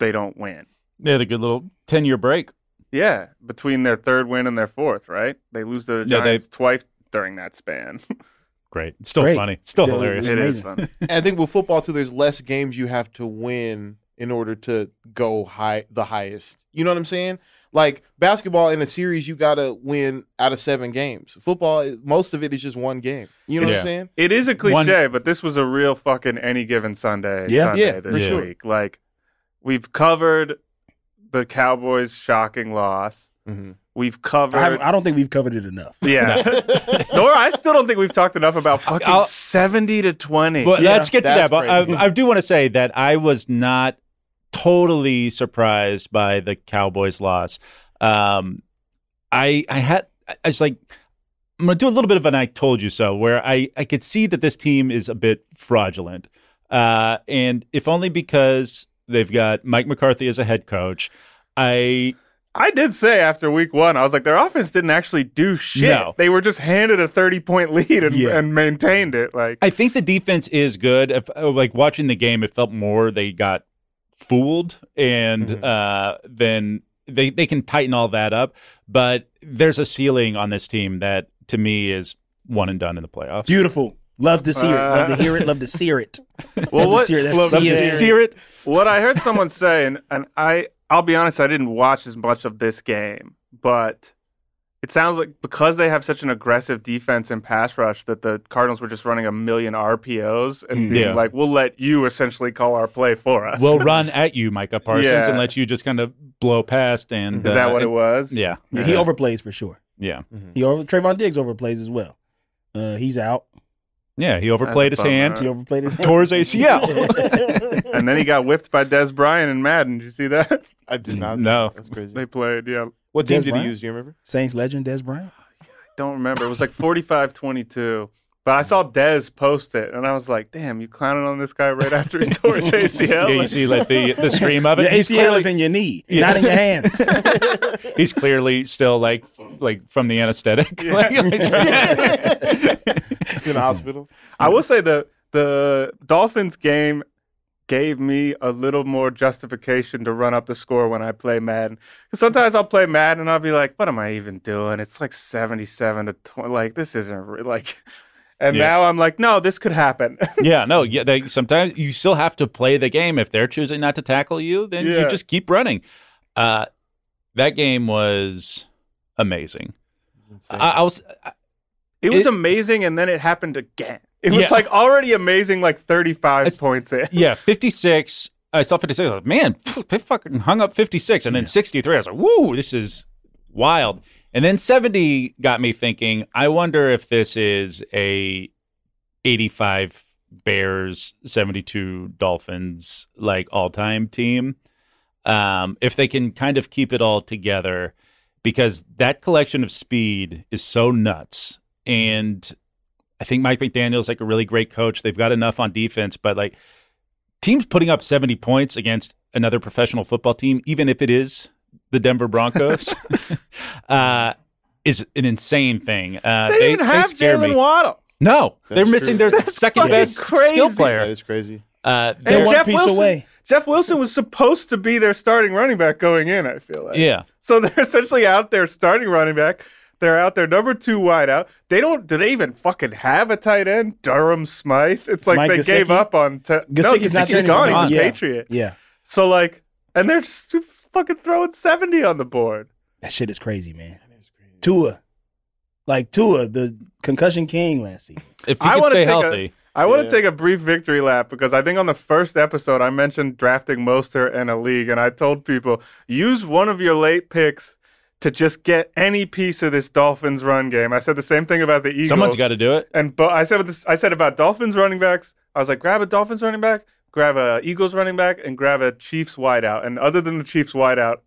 they don't win. They had a good little 10 year break. Yeah, between their third win and their fourth, right? They lose to the Yeah, they- Giants twice during that span. [LAUGHS] Great. It's still Great. funny. It's still Yeah, hilarious. It's It is amazing. fun. And I think with football too, there's less games you have to win in order to go high the highest. You know what I'm saying? Like basketball in a series, you gotta win out of seven games. Football, most of it is just one game. You know what Yeah. I'm saying? It is a One- cliche, but this was a real fucking any given Sunday. Yeah. Sunday Yeah, this for sure. week. Like we've covered the Cowboys' shocking loss. Mm-hmm. We've covered. I, I don't think we've covered it enough. [LAUGHS] yeah. Nor I still don't think we've talked enough about fucking I'll- seventy to twenty. Well, Yeah, let's get to that's that. But I, crazy. I do want to say that I was not totally surprised by the Cowboys' loss. Um, I I had I was like, I'm gonna do a little bit of an "I told you so," where I I could see that this team is a bit fraudulent, uh, and if only because they've got Mike McCarthy as a head coach. I I did say after week one, I was like, their offense didn't actually do shit. No. They were just handed a thirty-point lead and, Yeah. and maintained it. Like uh, I think the defense is good. If, like watching the game, it felt more they got fooled, and Mm-hmm. Mhm. uh, then they they can tighten all that up. But there's a ceiling on this team that to me is one and done in the playoffs. Beautiful. Love to see it. Uh. Love to hear it. Love to sear [LAUGHS] it. Well, Love what, to sear it. That's well, Love sear to it. sear [LAUGHS] it. what I [LAUGHS] heard someone say, and, and I, I'll be honest, I didn't watch as much of this game, but it sounds like because they have such an aggressive defense and pass rush that the Cardinals were just running a million RPOs and Hmm. Mm. being Yeah. like, "We'll let you essentially call our play for us." [LAUGHS] We'll run at you, Micah Parsons, Yeah. and let you just kind of blow past. And is that uh, what it was? Yeah, Yeah, he overplays for sure. yeah, He over Trayvon Diggs overplays as well. Uh, he's out. yeah. He overplayed his That's a bummer. hand. He overplayed his Tore his [LAUGHS] ACL. And then he got whipped by Des Bryant and Madden. Did you see that? [LAUGHS] I did not. No. that's crazy. They played, yeah. What Dez team did he Bryant? use? Do you [LAUGHS] remember? Saints legend Des Bryant. don't remember. It was like 45 22. But I saw Dez post it and I was like, damn, you clowning on this guy right after he tore [LAUGHS] his ACL. Yeah, you see like the the stream of it. Your ACL he's, clearly, is in your [LAUGHS] knee, not in your hands. he's clearly still like like from the anesthetic. [LAUGHS] Like, like, trying- In the hospital. I will say the the Dolphins game gave me a little more justification to run up the score when I play Madden. 'Cause sometimes I'll play Madden and I'll be like, what am I even doing? It's like 77 to 20. Like, this isn't re- like. [LAUGHS] And Yeah. now I'm like, no, this could happen. [LAUGHS] yeah, no, yeah. They, sometimes you still have to play the game. If they're choosing not to tackle you, then Yeah. you just keep running. Uh, that game was amazing. I, I was It It- was amazing, and then it happened again. It was Yeah. like already amazing, like 35 It's- points in. [LAUGHS] yeah, 56. I saw 56. I was like, man, phew, they fucking hung up 56 and then 63. I was like, woo, this is wild. And then 70 got me thinking, I wonder if this is a 85 Bears, 72 Dolphins, like all time team. Um, if they can kind of keep it all together, because that collection of speed is so nuts. And I think Mike McDaniel's like a really great coach. They've got enough on defense, but like teams putting up 70 points against another professional football team, even if it is the Denver [LAUGHS] Broncos, [LAUGHS] uh, is an insane thing. Uh, They, they, didn't have scare Jalen me. Waddle. No, they're That's missing true. their second fucking best crazy. skill That player. is [LAUGHS] crazy. Uh, And they're- one Jeff piece Wilson, away. Jeff Wilson was supposed to be their starting running back going in. I feel like yeah, So [LAUGHS] they're essentially out there starting running back. They're out there number two wide out. They don't. Do they even fucking have a tight end? Durham Smythe. It's like Mike they gave Gesicki? up on. Te- no, Gesicki's not Gesicki's finished. gone. Gone. He's a Yeah. Patriot. yeah, So like, and they're just fucking throwing seventy on the board. that shit is crazy, man. Tua, like Tua, the concussion king last season. if he I could wanna stay take a- healthy, I want Yeah. to take a brief victory lap because I think on the first episode I mentioned drafting Mostert in a league, and I told people use one of your late picks to just get any piece of this Dolphins run game. I said the same thing about the Eagles. someone's got to do it. And but I said with this, I said about Dolphins running backs. I was like, grab a Dolphins running back, grab a Eagles running back, and grab a Chiefs wideout. And other than the Chiefs wideout,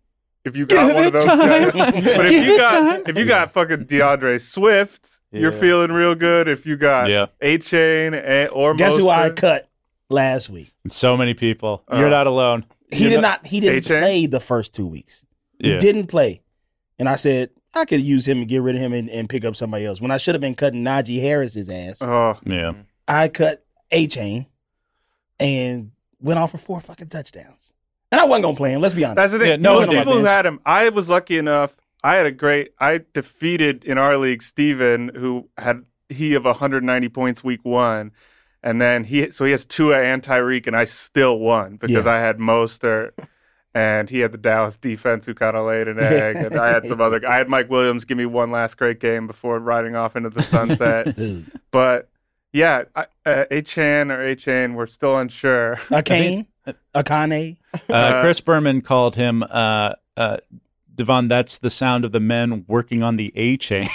if you got one of those, guys, [LAUGHS] but if you got if you got fucking DeAndre Swift, you're Yeah. feeling real good. If you got Yeah. a chain or Guess who I Mostert. cut last week? So many people. You're Uh, not alone. He You did know- not. He didn't A-Chain? play the first two weeks. He Yeah. didn't play, and I said I could use him and get rid of him and, and pick up somebody else. When I should have been cutting Najee Harris's ass, Uh-huh. Oh, Yeah. I cut A Chain and went off for four fucking touchdowns. And I wasn't gonna play him. Let's be honest. that's the thing. Yeah, no Those one's on my people who bench. had him, I was lucky enough. I had a great. I defeated in our league Steven, who had he of 190 points week one, and then he so he has Tua and Tyreek, and I still won because Yeah. I had Mostert. And he had the Dallas defense who kind of laid an egg. And I had some other. I had Mike Williams give me one last great game before riding off into [LAUGHS] the sunset. Dude, but yeah, I- uh, Achan or Achan, we're still unsure. [LAUGHS] a Kane, a Kane. Uh, Chris Berman called him uh, uh, Devon. That's the sound of the men working on the A chain.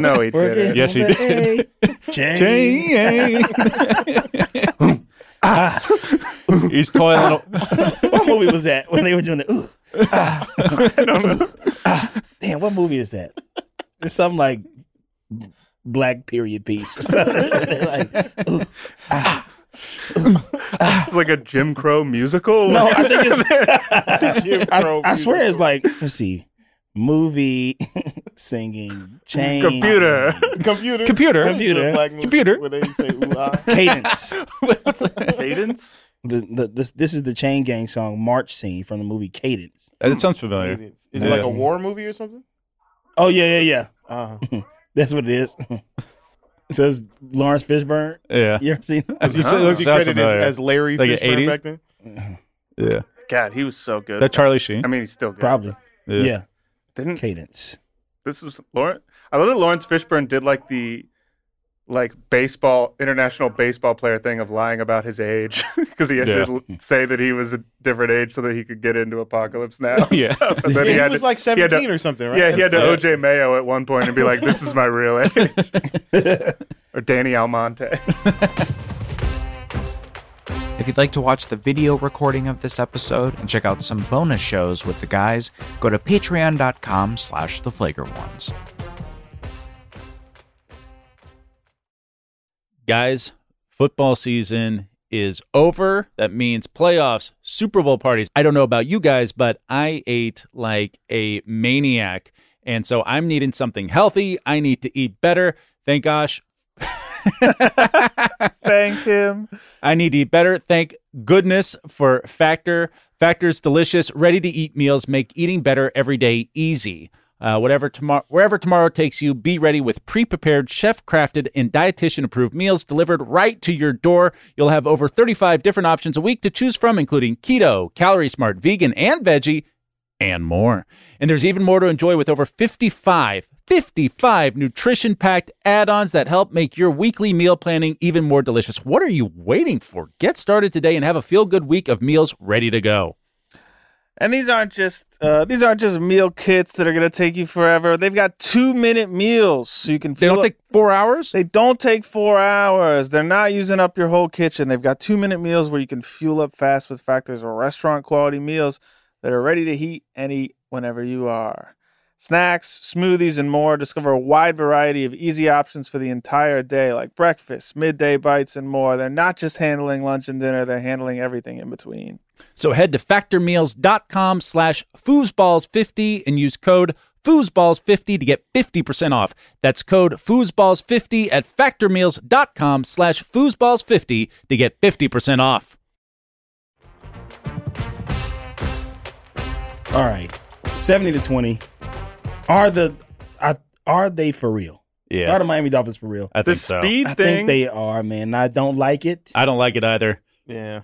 no, he didn't. Yes, he did. [LAUGHS] Chain. Ah. He's toiling. What movie was that when they were doing [LAUGHS] the ooh? Ah, ooh, ah. Damn, what movie is that? It's some like black period piece. or something. [LAUGHS] like, ooh, ah. It's like a Jim Crow musical. [LAUGHS] No, I think it's. [LAUGHS] Jim I, Crow I swear it's like let's see, movie [LAUGHS] singing chain Computer. Computer. Computer. This is a Computer. black movie [LAUGHS] Computer. Where they say ooh ah. cadence. cadence. the, the this this is the chain gang song March scene from the movie Cadence. [LAUGHS] That sounds familiar. Is it like Yeah. a war movie or something? Oh yeah, yeah, yeah. Uh, That's what it is. [LAUGHS] so it's Lawrence Fishburne. Yeah. You ever seen? [LAUGHS] It was he, sounds was he credited familiar. as, as Larry Like in Fishburne 80s? back then? yeah. God, he was so good. That Charlie Sheen. I mean, he's still good. Probably. Yeah. Didn't Cadence. this was Lawrence? I love that Lawrence Fishburne did like the like baseball international baseball player thing of lying about his age [LAUGHS] because he had to l- say that he was a different age so that he could get into Apocalypse Now. [LAUGHS] and Yeah. stuff. and then Yeah, he he, had was to, like had to- 17 or something, right? yeah, he had to Yeah. OJ Mayo at one point and be like, "This is my real age," [LAUGHS] or Danny Almonte. If you'd like to watch the video recording of this episode and check out some bonus shows with the guys, go to patreon.com slash the flagrant ones. Guys, football season is over. That means playoffs, Super Bowl parties. I don't know about you guys, but I ate like a maniac. And so I'm needing something healthy. I need to eat better. Thank gosh. Thank him. I need to eat better. Thank goodness for Factor. Factor's delicious, ready to eat meals make eating better every day easy. Uh, whatever tomorrow, wherever tomorrow takes you, be ready with pre-prepared, chef-crafted, and dietitian-approved meals delivered right to your door. You'll have over 35 different options a week to choose from, including keto, calorie smart, vegan, and veggie and more. And there's even more to enjoy with over 55, 55 nutrition packed add ons that help make your weekly meal planning even more delicious. What are you waiting for? Get started today and have a feel good week of meals ready to go. And these aren't just uh, these aren't just meal kits that are gonna take you forever. They've got two minute meals, so you can. They don't fill up- take four hours? They don't take four hours. They're not using up your whole kitchen. They've got two minute meals where you can fuel up fast with factors or restaurant quality meals that are ready to heat and eat whenever you are. Snacks, smoothies, and more. Discover a wide variety of easy options for the entire day, like breakfast, midday bites, and more. They're not just handling lunch and dinner, they're handling everything in between. So head to factormeals.com slash foosballs50 and use code foosballs50 to get 50% off. That's code foosballs50 at factormeals.com slash foosballs50 to get 50% off. All right. 70 to 20. Are the I, are they for real? Are the Miami Dolphins for real? I The speed I thing. think they are, man. I don't like it, I don't like it either. Yeah.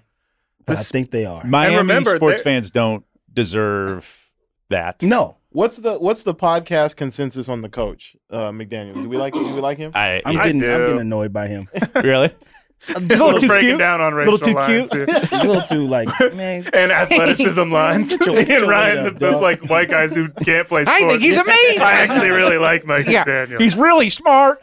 but I this- think they are. Miami remember, sports they're- fans don't deserve that. no. What's the What's the podcast consensus on the coach, uh, McDaniel? Do we like Do we like him? [LAUGHS] I, I'm I getting I'm do. getting annoyed by him. [LAUGHS] [LAUGHS] really. I'm [LAUGHS] Just just a little too breaking cute. down on racial little too lines cute. here. He's a little too like man. and [LAUGHS] athleticism lines. Get your- Me get [LAUGHS] and your Ryan, weight the, up, the dog. like white guys who can't [LAUGHS] play sports. I think he's [LAUGHS] amazing. [LAUGHS] I actually really like Mike McDaniel. really smart.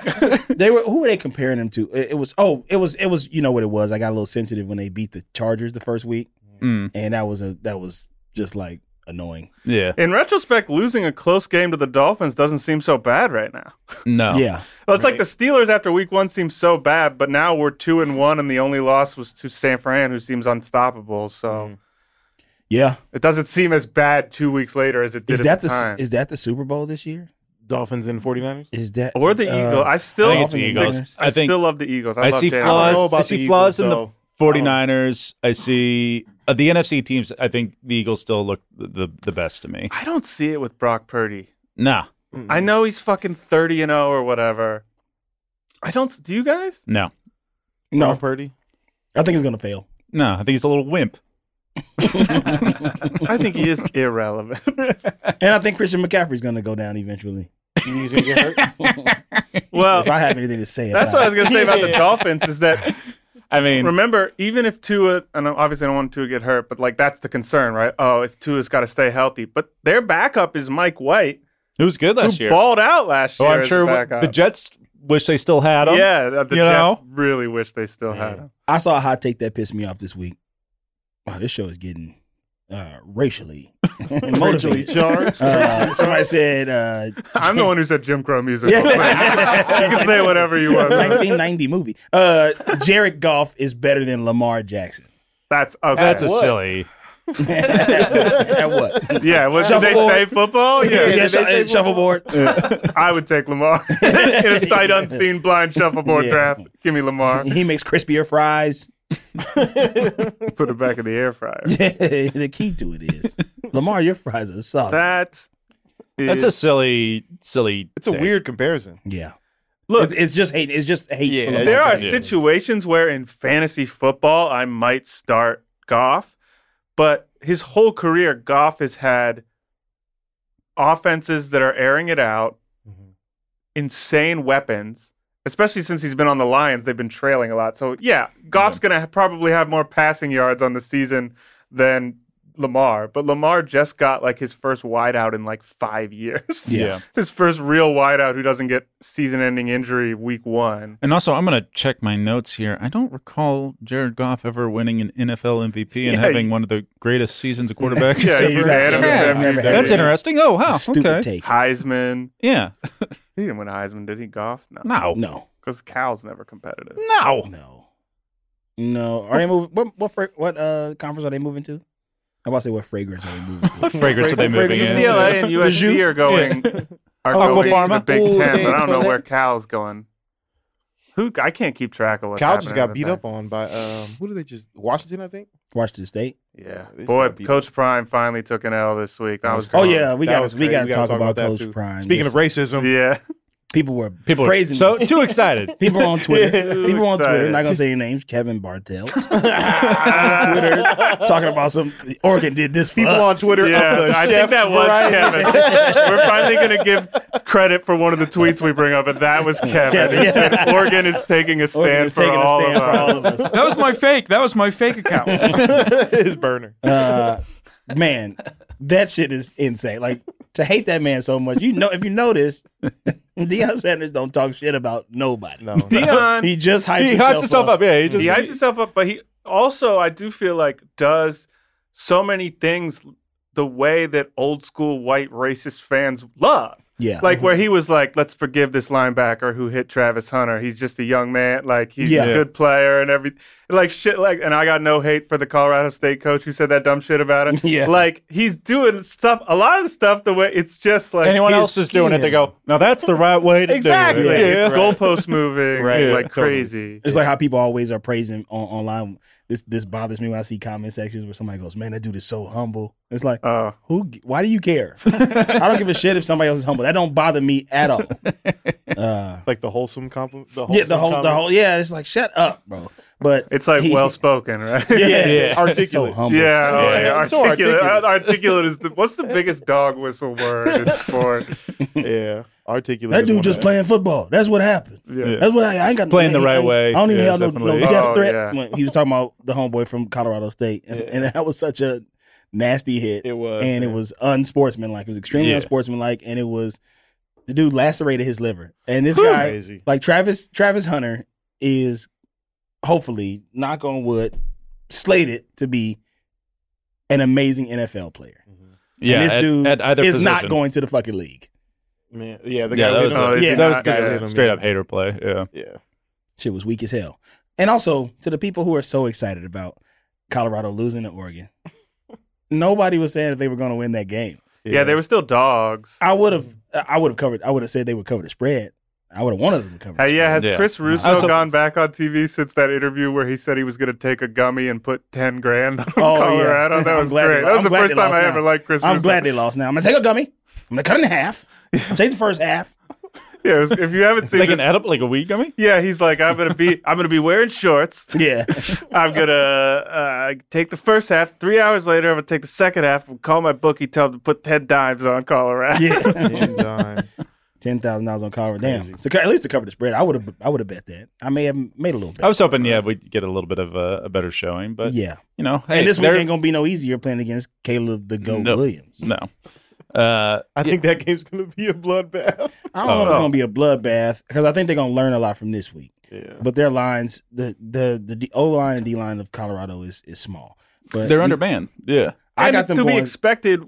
They were who were they comparing him to? It, it was oh, it was it was you know what it was. I got a little sensitive when they beat the Chargers the first week, Mm, and that was a that was just like annoying. yeah. in retrospect, losing a close game to the Dolphins doesn't seem so bad right now. No. Yeah, Well, it's like the Steelers after week one seems so bad, but now we're two and one, and the only loss was to San Fran, who seems unstoppable. So Mm. yeah. it doesn't seem as bad two weeks later as it did Is that at the, the time. is that the Super Bowl this year? Dolphins and 49ers? Is that or the uh, Eagles. I still, I I, think it's the Dolphins Eagles. winners. I, think still love the Eagles. I, I love see Jalen. Oh. I don't know flaws. I about see the flaws Eagles, in though. the 49ers. I see uh, the NFC teams. I think the Eagles still look the, the, the best to me. I don't see it with Brock Purdy. Nah. Mm. I know he's fucking thirty and zero or whatever. I don't. s- Do you guys? No. Brock No, Purdy. I think it's gonna fail. No. I think he's a little wimp. I think he [LAUGHS] is irrelevant. And I think Christian McCaffrey's gonna go down eventually. You think he's gonna get [LAUGHS] hurt? [LAUGHS] well, If I have anything to say, [LAUGHS] that's what I about was gonna [LAUGHS] say about the Dolphins is that I mean, remember even if Tua and obviously I don't want Tua to get hurt, but like that's the concern, right? Oh, if Tua's got to stay healthy, but their backup is Mike White, it was good last who year. balled out last oh, year. I'm as sure a w- backup. the Jets wish they still had him. Yeah, the you Jets know? really wish they still had him. I saw a hot take that pissed me off this week. Wow, this show is getting uh, racially Racially [LAUGHS] motivated. charged. Uh, somebody said uh, [LAUGHS] I'm the one who said Jim Crow music. Yeah. you can say whatever [LAUGHS] you want. 1990 movie. Uh, Jared Goff is better than Lamar Jackson. [LAUGHS] That's okay. That's a What? silly. At what? yeah, what did they Shuffleboard. say? Football? Yeah. Yeah, they shu- uh, say shuffleboard. I would [LAUGHS] take Lamar [LAUGHS] in a sight unseen blind shuffleboard Yeah. [LAUGHS] draft. Give me Lamar. He makes crispier fries. [LAUGHS] Put it back in the air fryer. Yeah, the key to it is Lamar, your fries are soft. That That's is a silly, silly. It's a thing. weird comparison. yeah, look. It- it's just hate. It's just hate. Yeah, for Lamar there are Jackson. situations where in fantasy football I might start Goff, but his whole career Goff has had offenses that are airing it out, insane weapons. Especially since he's been on the Lions, they've been trailing a lot. So yeah, Goff's gonna ha- probably have more passing yards on the season than Lamar. But Lamar just got like his first wideout in like five years. Yeah. [LAUGHS] his first real wideout who doesn't get season-ending injury week one. And also, I'm going to check my notes here. I don't recall Jared Goff ever winning an NFL MVP and Yeah. having one of the greatest seasons a quarterback. Yeah, ever. he's ahead of Yeah. every Yeah. day. That's interesting. Oh, wow. Stupid okay. take. Heisman. Yeah. He didn't win a Heisman, did he? Goff? No. No. No, Because Cal's never competitive. No. no, no. Are they moving? What what fra- what uh conference are they moving to? I'm about to say what fragrance are they moving to? [LAUGHS] [LAUGHS] What fragrance are they Fragrance. moving in? UCLA and USC [LAUGHS] are going are Aqua going to the Parma? Big Ooh, Ten, they but I don't know where collect. Cal's going. Who I can't keep track of what's Cal just happening got in beat the up on by um, who did they just Washington? I think. Washington State. thing. Yeah. They just Boy, got beat Coach Prime finally took an L this week. That That was was Oh, Oh Come on. yeah, we That got was we crazy. got to We gotta talk, talk about, about that Coach too. Prime. Speaking Yes. of racism, Yeah. people were People are praising so this. too excited. people on Twitter. [LAUGHS] Too people on Twitter. excited. Not gonna say your names. Kevin Bartell. [LAUGHS] [LAUGHS] Twitter talking about some Oregon did this. for people on us. Twitter. Yeah, of the I chef think that was variety. Kevin. [LAUGHS] We're finally going to give credit for one of the tweets we bring up, and that was Kevin. Kevin, He said, yeah. Oregon is taking a stand, Oregon is for, taking a all stand of for all us. of us. That was my fake. That was my fake account. His burner. uh, man, that shit is insane. Like to hate that man so much. You know, if you notice, [LAUGHS] Deion Sanders don't talk shit about nobody. No, Dion, He just hypes, He hypes himself up. Yeah. He just. he hypes himself up, but he also, I do feel like, does so many things the way that old school white racist fans love. Yeah, Mm-hmm. Like where he was like, let's forgive this linebacker who hit Travis Hunter. He's just a young man. Like he's Yeah. a good player and everything. Like shit. Like and I got no hate for the Colorado State coach who said that dumb shit about [LAUGHS] it. Yeah. Like he's doing stuff. A lot of the stuff the way it's just like Anyone his else is doing it, they go, now that's the right way to exactly. do it. It's goalpost moving Right. like Yeah. crazy. it's like how people always are praising on, online. This this bothers me when I see comment sections where somebody goes, "Man, that dude is so humble." It's like, Uh, who? g- Why do you care? I don't give a shit if somebody else is humble. That don't bother me at all. Uh, like the wholesome compliment. The wholesome yeah, the whole the whole yeah. It's like shut up, bro. But it's like he- [LAUGHS] well spoken, right? yeah, Yeah. so articulate. humble. Yeah, oh, Yeah. yeah. It's so articulate. articulate. Articulate is the what's the biggest dog whistle [LAUGHS] word in sport? yeah, articulate. That is dude one just of playing football. That's what happened. Yeah. That's what I, I ain't got. Playing the I- right I- way. I don't even Yeah, have no, no definitely. death Oh, threats. yeah. When he was talking about the homeboy from Colorado State, and, and that was such a nasty hit. It was, and it man. was unsportsmanlike. It was extremely Yeah. unsportsmanlike, and it was the dude lacerated his liver. And this them. guy, crazy. like Travis Travis Hunter, is hopefully knock on wood slated to be an amazing NFL player. Yeah. and this at- dude at either is position. not going to the fucking league. Man, yeah, the Yeah, guy. that we was, know- a- yeah, Yeah. that was guy just hit him, straight yeah. up hater play. Yeah. Yeah, shit was weak as hell. And also to the people who are so excited about Colorado losing to [LAUGHS] Oregon, nobody was saying that they were going to win that game. Yeah, they were still dogs. I would have, I would have covered. I would have said they would cover the spread. I would have wanted them to cover. the Hey, Uh, yeah, has Yeah. Chris Russo Also- gone back on TV since that interview where he said he was going to take a gummy and put ten grand on Oh, yeah. Colorado? [LAUGHS] That I'm was glad they- great. That was I'm the glad first they time lost I ever now. liked Chris. spread. I'm Russo. glad they lost. Now I'm gonna take a gummy. I'm gonna cut it in [LAUGHS] half. I'll take the first half. Yeah, it was- if you haven't seen Like an this, edible, like a weed gummy? yeah, he's like, I'm gonna be, I'm gonna be wearing shorts. [LAUGHS] Yeah, I'm gonna uh, take the first half. Three hours later, I'm gonna take the second half. And call my bookie, tell him to put ten dimes on Colorado. yeah. Ten dimes. Ten thousand dollars on Colorado. Damn. crazy. To, co- at least to cover the spread, I would have. I would have bet that. I may have made a little bet. I was hoping, yeah, we'd get a little bit of a, a better showing, but yeah, you know, hey, and this week they're- ain't gonna be no easier playing against Caleb the Goat Nope. Williams. no. Uh, I think that game's gonna be a bloodbath. I don't know Oh. if it's gonna be a bloodbath because I think they're gonna learn a lot from this week. Yeah, But their lines, the the the D- O line and D line of Colorado is is small. But they're we- under man. Yeah. I And got it's them to be going- expected.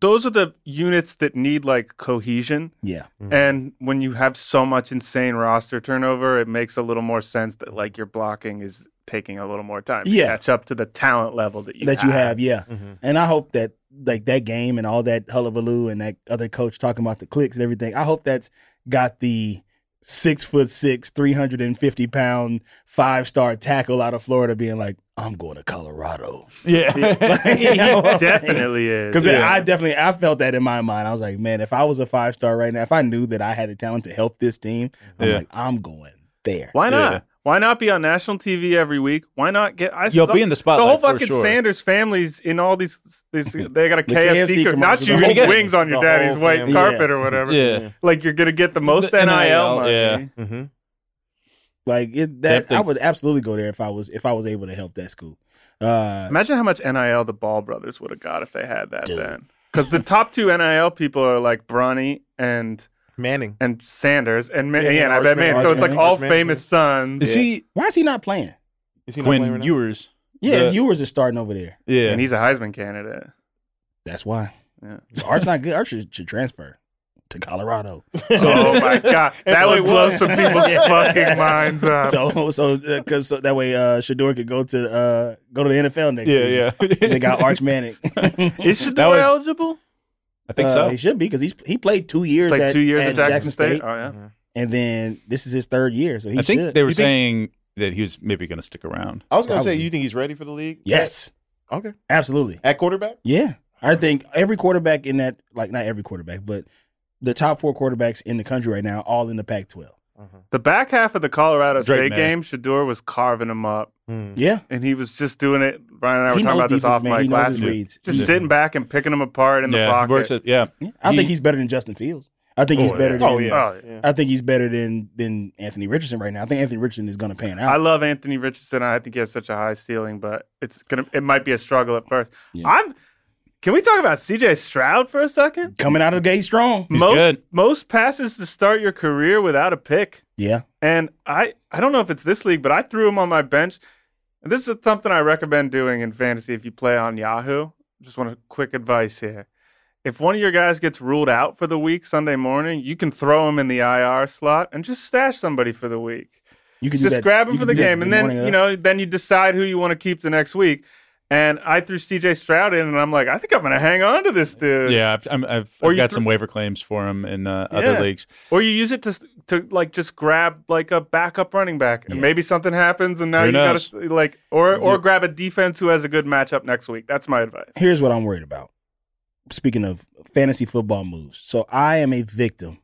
Those are the units that need like cohesion. Yeah, And when you have so much insane roster turnover, it makes a little more sense that like your blocking is taking a little more time to Yeah. catch up to the talent level that you that have. you have. Yeah, Mm-hmm, Mhm. and I hope that like that game and all that hullabaloo and that other coach talking about the clicks and everything. I hope that's got the six foot six, 350 pound, five star tackle out of Florida being like, I'm going to Colorado. [LAUGHS] Yeah. [LAUGHS] [LAUGHS] Definitely is. Because Yeah. I definitely I felt that in my mind. I was like, man, if I was a five star right now, if I knew that I had the talent to help this team, I'm Yeah. like, I'm going there. Why not? Yeah. Why not be on national TV every week? Why not get? I You'll saw- be in the spotlight whole for fucking sure. Sanders families in all these. these they got a KFC, KFC co- not commercials, you the getting whole wings on your the whole daddy's white family. carpet or whatever. Yeah. Like you're gonna get the most The NIL, NIL, money. yeah. Mm-hmm. Like it, Yep, that they- I would absolutely go there if I was if I was able to help that school. Uh, Imagine how much NIL the Ball brothers would have got if they had that Dude. then. Because the top two NIL people are like Bronny and Manning. and Sanders and Man- Yeah, yeah, yeah, and I Arch bet Man- man. So Arch it's like Man- all Arch Man, famous sons. Is he why is he not playing? Is he not playing right Quinn now? Ewers? Yeah, his The- viewers are starting over there. Yeah. And he's a [LAUGHS] Heisman candidate. That's why. Yeah. So Arch not good. Arch should, should transfer to Colorado. Oh my god, And that play would blow what? some people's [LAUGHS] Yeah. fucking minds up. So so because so that way uh, Shador could go to uh, go to the NFL next. Yeah, season. yeah. And [LAUGHS] they got Arch Manning. Is Shador That would- eligible? I think Uh, so. He should be because he's he played two years, Like at, two years at at Jackson, State. Oh Mm-hmm. yeah. and then this is his third year, so he I think should. they were You think- saying that he was maybe going to stick around. I was going to say, Probably. you think he's ready for the league? yes, Okay. absolutely. At quarterback? Yeah, I think every quarterback in that like not every quarterback, but the top four quarterbacks in the country right now, all in the Pac-12. The back half of the Colorado Drake State May. game, Shador was carving them up, Yeah, and he was just doing it. Brian and I were he talking knows about this defense, off man. He mic knows last his week. reads. Just Yeah. sitting back and picking them apart in the yeah, pocket. he works at, yeah. I He- think he's better than Justin Fields. I think he's Oh, better. yeah. Than, Oh, yeah. Oh, yeah. I think he's better than than Anthony Richardson right now. I think Anthony Richardson is going to pan I out. love Anthony Richardson. I think he has such a high ceiling, but it's gonna it might be a struggle at first. Yeah. I'm can we talk about CJ Stroud for a second? Coming out of the gate strong. He's most good. most passes to start your career without a pick. Yeah, And I I don't know if it's this league, but I threw him on my bench. And this is something I recommend doing in fantasy if you play on Yahoo. Just want a quick advice here. If one of your guys gets ruled out for the week Sunday morning, you can throw him in the IR slot and just stash somebody for the week you can do just that- grab him you for can the do that game, and then morning uh, of. you know, then you decide who you want to keep the next week. And I threw C.J. Stroud in, and I'm like, I think I'm going to hang on to this dude. Yeah, I've, I'm, I've, Or I've you got threw- some waiver claims for him in uh, Yeah. other leagues. Or you use it to to like just grab like a backup running back, and Yeah. maybe something happens, and now Who you got knows? to like, or or Yeah. grab a defense who has a good matchup next week. That's my advice. here's what I'm worried about. Speaking of fantasy football moves, so I am a [LAUGHS] victim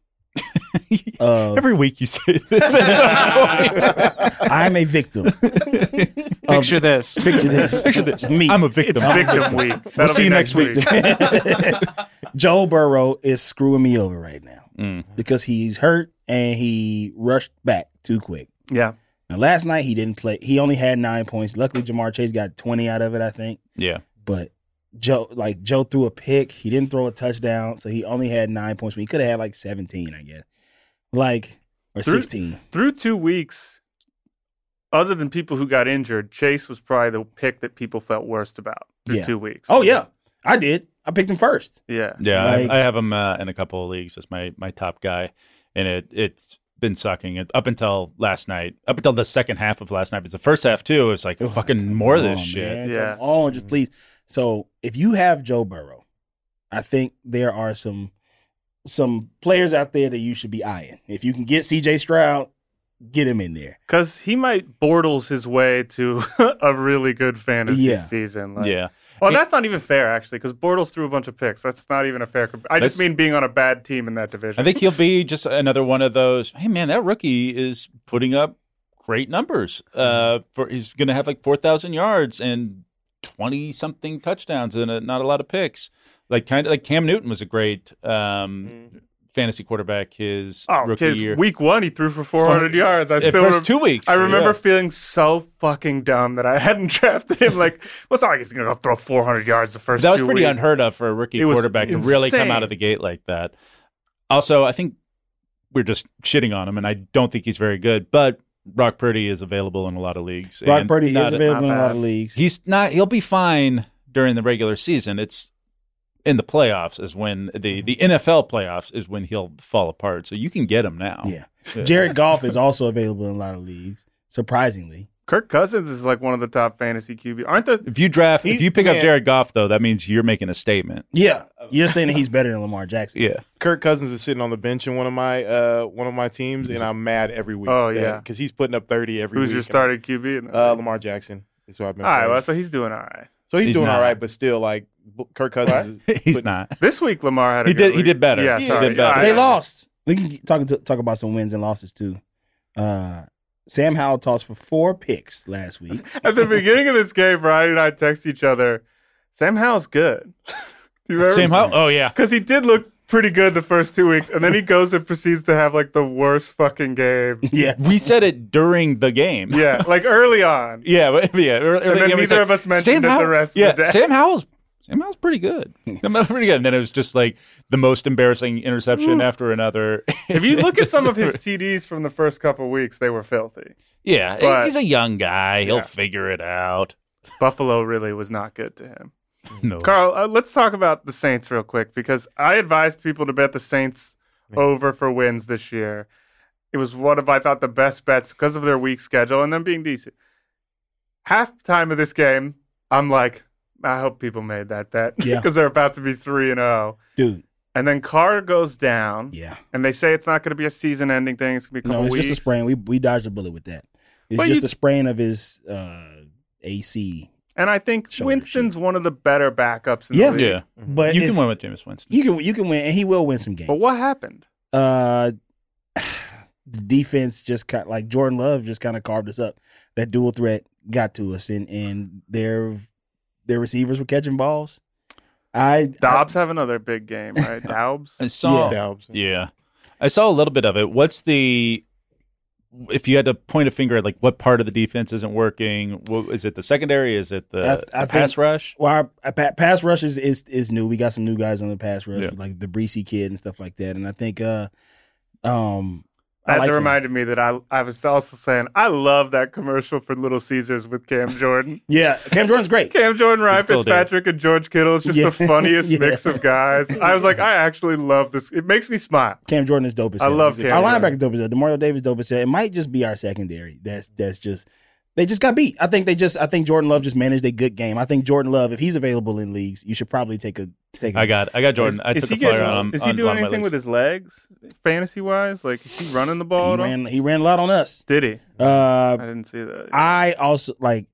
of Every week you say [LAUGHS] this. at some point. I'm a victim. Picture this. Picture this. Picture this. Me. I'm a victim. It's [LAUGHS] victim week. That'll see be you next week. [LAUGHS] [LAUGHS] Joe Burrow is screwing me over right now Mm. because he's hurt and he rushed back too quick. yeah, Now last night he didn't play. He only had nine points. Luckily Jamar Chase got twenty out of it, I think. Yeah. But Joe like Joe threw a pick. He didn't throw a touchdown, so he only had nine points. But he could have had like seventeen, I guess. Like or Threw- sixteen. through two weeks, other than people who got injured, Chase was probably the pick that people felt worst about through Yeah. two weeks. Oh yeah. I did. I picked him first. yeah. Yeah, Like- I, I have him uh, in a couple of leagues as my my top guy, and it it's been sucking it, up until last night, up until the second half of last night. But the first half too, it was like It was like, fucking more of Come this on, shit. man. Yeah. Come on, just please. So if you have Joe Burrow, I think there are some some players out there that you should be eyeing. If you can get CJ Stroud, get him in there. Because he might Bortles his way to [LAUGHS] a really good fantasy Yeah. season. Like, Yeah, Well, that's not even fair, actually, because Bortles threw a bunch of picks. That's not even a fair. Comp- I just That's- mean being on a bad team in that division. I think he'll be just another one of those. Hey man, that rookie is putting up great numbers. Mm-hmm. Uh, for he's going to have like four thousand yards and twenty something touchdowns and uh not a lot of picks. Like kind of like Cam Newton was a great um, Mm-hmm. fantasy quarterback his Oh, rookie his year. week one, he threw for 400 For- yards. I at still first rem- two weeks. I remember Yeah. feeling so fucking dumb that I [LAUGHS] hadn't drafted him. Like, well, it's not like he's going to throw 400 yards the first that was two pretty weeks. unheard of for a rookie It was quarterback to really come insane. out of the gate like that. Also, I think we're just shitting on him, and I don't think he's very good. But Brock Purdy is available in a lot of leagues. Brock and Purdy is not- available in a not lot bad. of leagues. He's not. He'll be fine during the regular season. It's in the playoffs is when the Mm-hmm. the NFL playoffs is when he'll fall [LAUGHS] apart. So you can get him now. yeah. Jared Goff is also available in a lot of leagues, surprisingly. Kirk Cousins is like one of the top fantasy QB. Aren't the If you draft, if He- you pick up man. Jared Goff, though, that means you're making a statement. Yeah, you're saying that he's better than Lamar Jackson. Oh. Yeah. [LAUGHS] Kirk Cousins is sitting on the bench in one of my uh one of my teams, and I'm mad every week. Oh, yeah. because he's putting up thirty every who's week. your starting QB? in that Uh, league? Lamar Jackson is who I've been. All right, playing. well, so he's doing all right. so he's, He's doing not. all right, but still, like B- Kirk Cousins. [LAUGHS] Is, He's But- not. This week Lamar had a He good did- he week. did better. Yeah, He sorry. did better. All They right. lost. We can talk to, talk about some wins and losses too. Uh, Sam Howell tossed for four picks last [LAUGHS] week. At the beginning of this game, Brian and I text each other, Sam Howell's good. [LAUGHS] Do you remember? Sam Howell. Oh yeah. Because he did look pretty good the first two weeks, and then he goes and proceeds to have like the worst [LAUGHS] fucking game. yeah, We said it during the game. Yeah, like early on. [LAUGHS] Yeah, but- yeah. ear- early then game, we neither said, of us mentioned "Sam it the Howell- rest of yeah, the day." Sam Howell's Sam Howell's pretty good. Sam Howell's pretty good. And then it was just like the most embarrassing interception after another. Mm. [LAUGHS] If you look at Just- some [LAUGHS] of his TDs from the first couple weeks, they were filthy. yeah, but- he's a young guy. He'll Yeah. figure it out. Buffalo really was not good to him. No, Carl, uh, let's talk about the Saints real quick because I advised people to bet the Saints over for wins this year. It was one of I thought the best bets because of their weak schedule and them being decent. Half time of this game, I'm like, I hope people made that bet because [LAUGHS] Yeah. they're about to be three and zero. dude. And then Carr goes down, Yeah, and they say it's not going to be a season-ending thing. It's going to be a no, couple it's weeks. just a sprain. We we dodged a bullet with that. It's But just you- a sprain of his uh, AC. And I think Shoulder Winston's one of the better backups. In Yeah. the league. yeah, But you can it's- win with Jameis Winston. You can you can win, and he will win some games. But what happened? uh [SIGHS] the defense just kind like Jordan Love just kind of carved us up. That dual threat got to us, and and their their receivers were catching balls. I Dobbs have another big [LAUGHS] game, right? Dobbs. I saw. Yeah. Dobbs. I saw a little bit of it. What's the if you had to point a finger at like what part of the defense isn't working? What, is it the secondary? Is it the, I- I the pass think- rush? Well, our, our pa- pass rush is, is is new. We got some new guys on the pass rush, Yeah. like the Breesy kid and stuff like that. And I think, uh, um, I That like him. reminded me that I I was also saying I love that commercial for Little Caesars with Cam Jordan. yeah, Cam Jordan's great. [LAUGHS] Cam Jordan, Ryan cool, dude. Fitzpatrick, and George Kittle is just Yeah. the [LAUGHS] funniest Yeah. mix of guys. I was like, I actually love this. It makes me smile. Cam Jordan is dope as I hell. love Cam Our Jordan. linebacker dope as hell. Demario Davis dope as hell. It might just be our secondary. That's that's just they just got beat. I think they just I think Jordan Love just managed a good game. I think Jordan Love, if he's available in leagues, you should probably take a take. a I got, I got Jordan. Is, I is took he the flyer getting- on him. Is he on doing one of my anything legs. with his legs, fantasy wise? Like, is he running the ball He at all? ran he ran a lot on us. Did he? I Uh, didn't see that. I also like.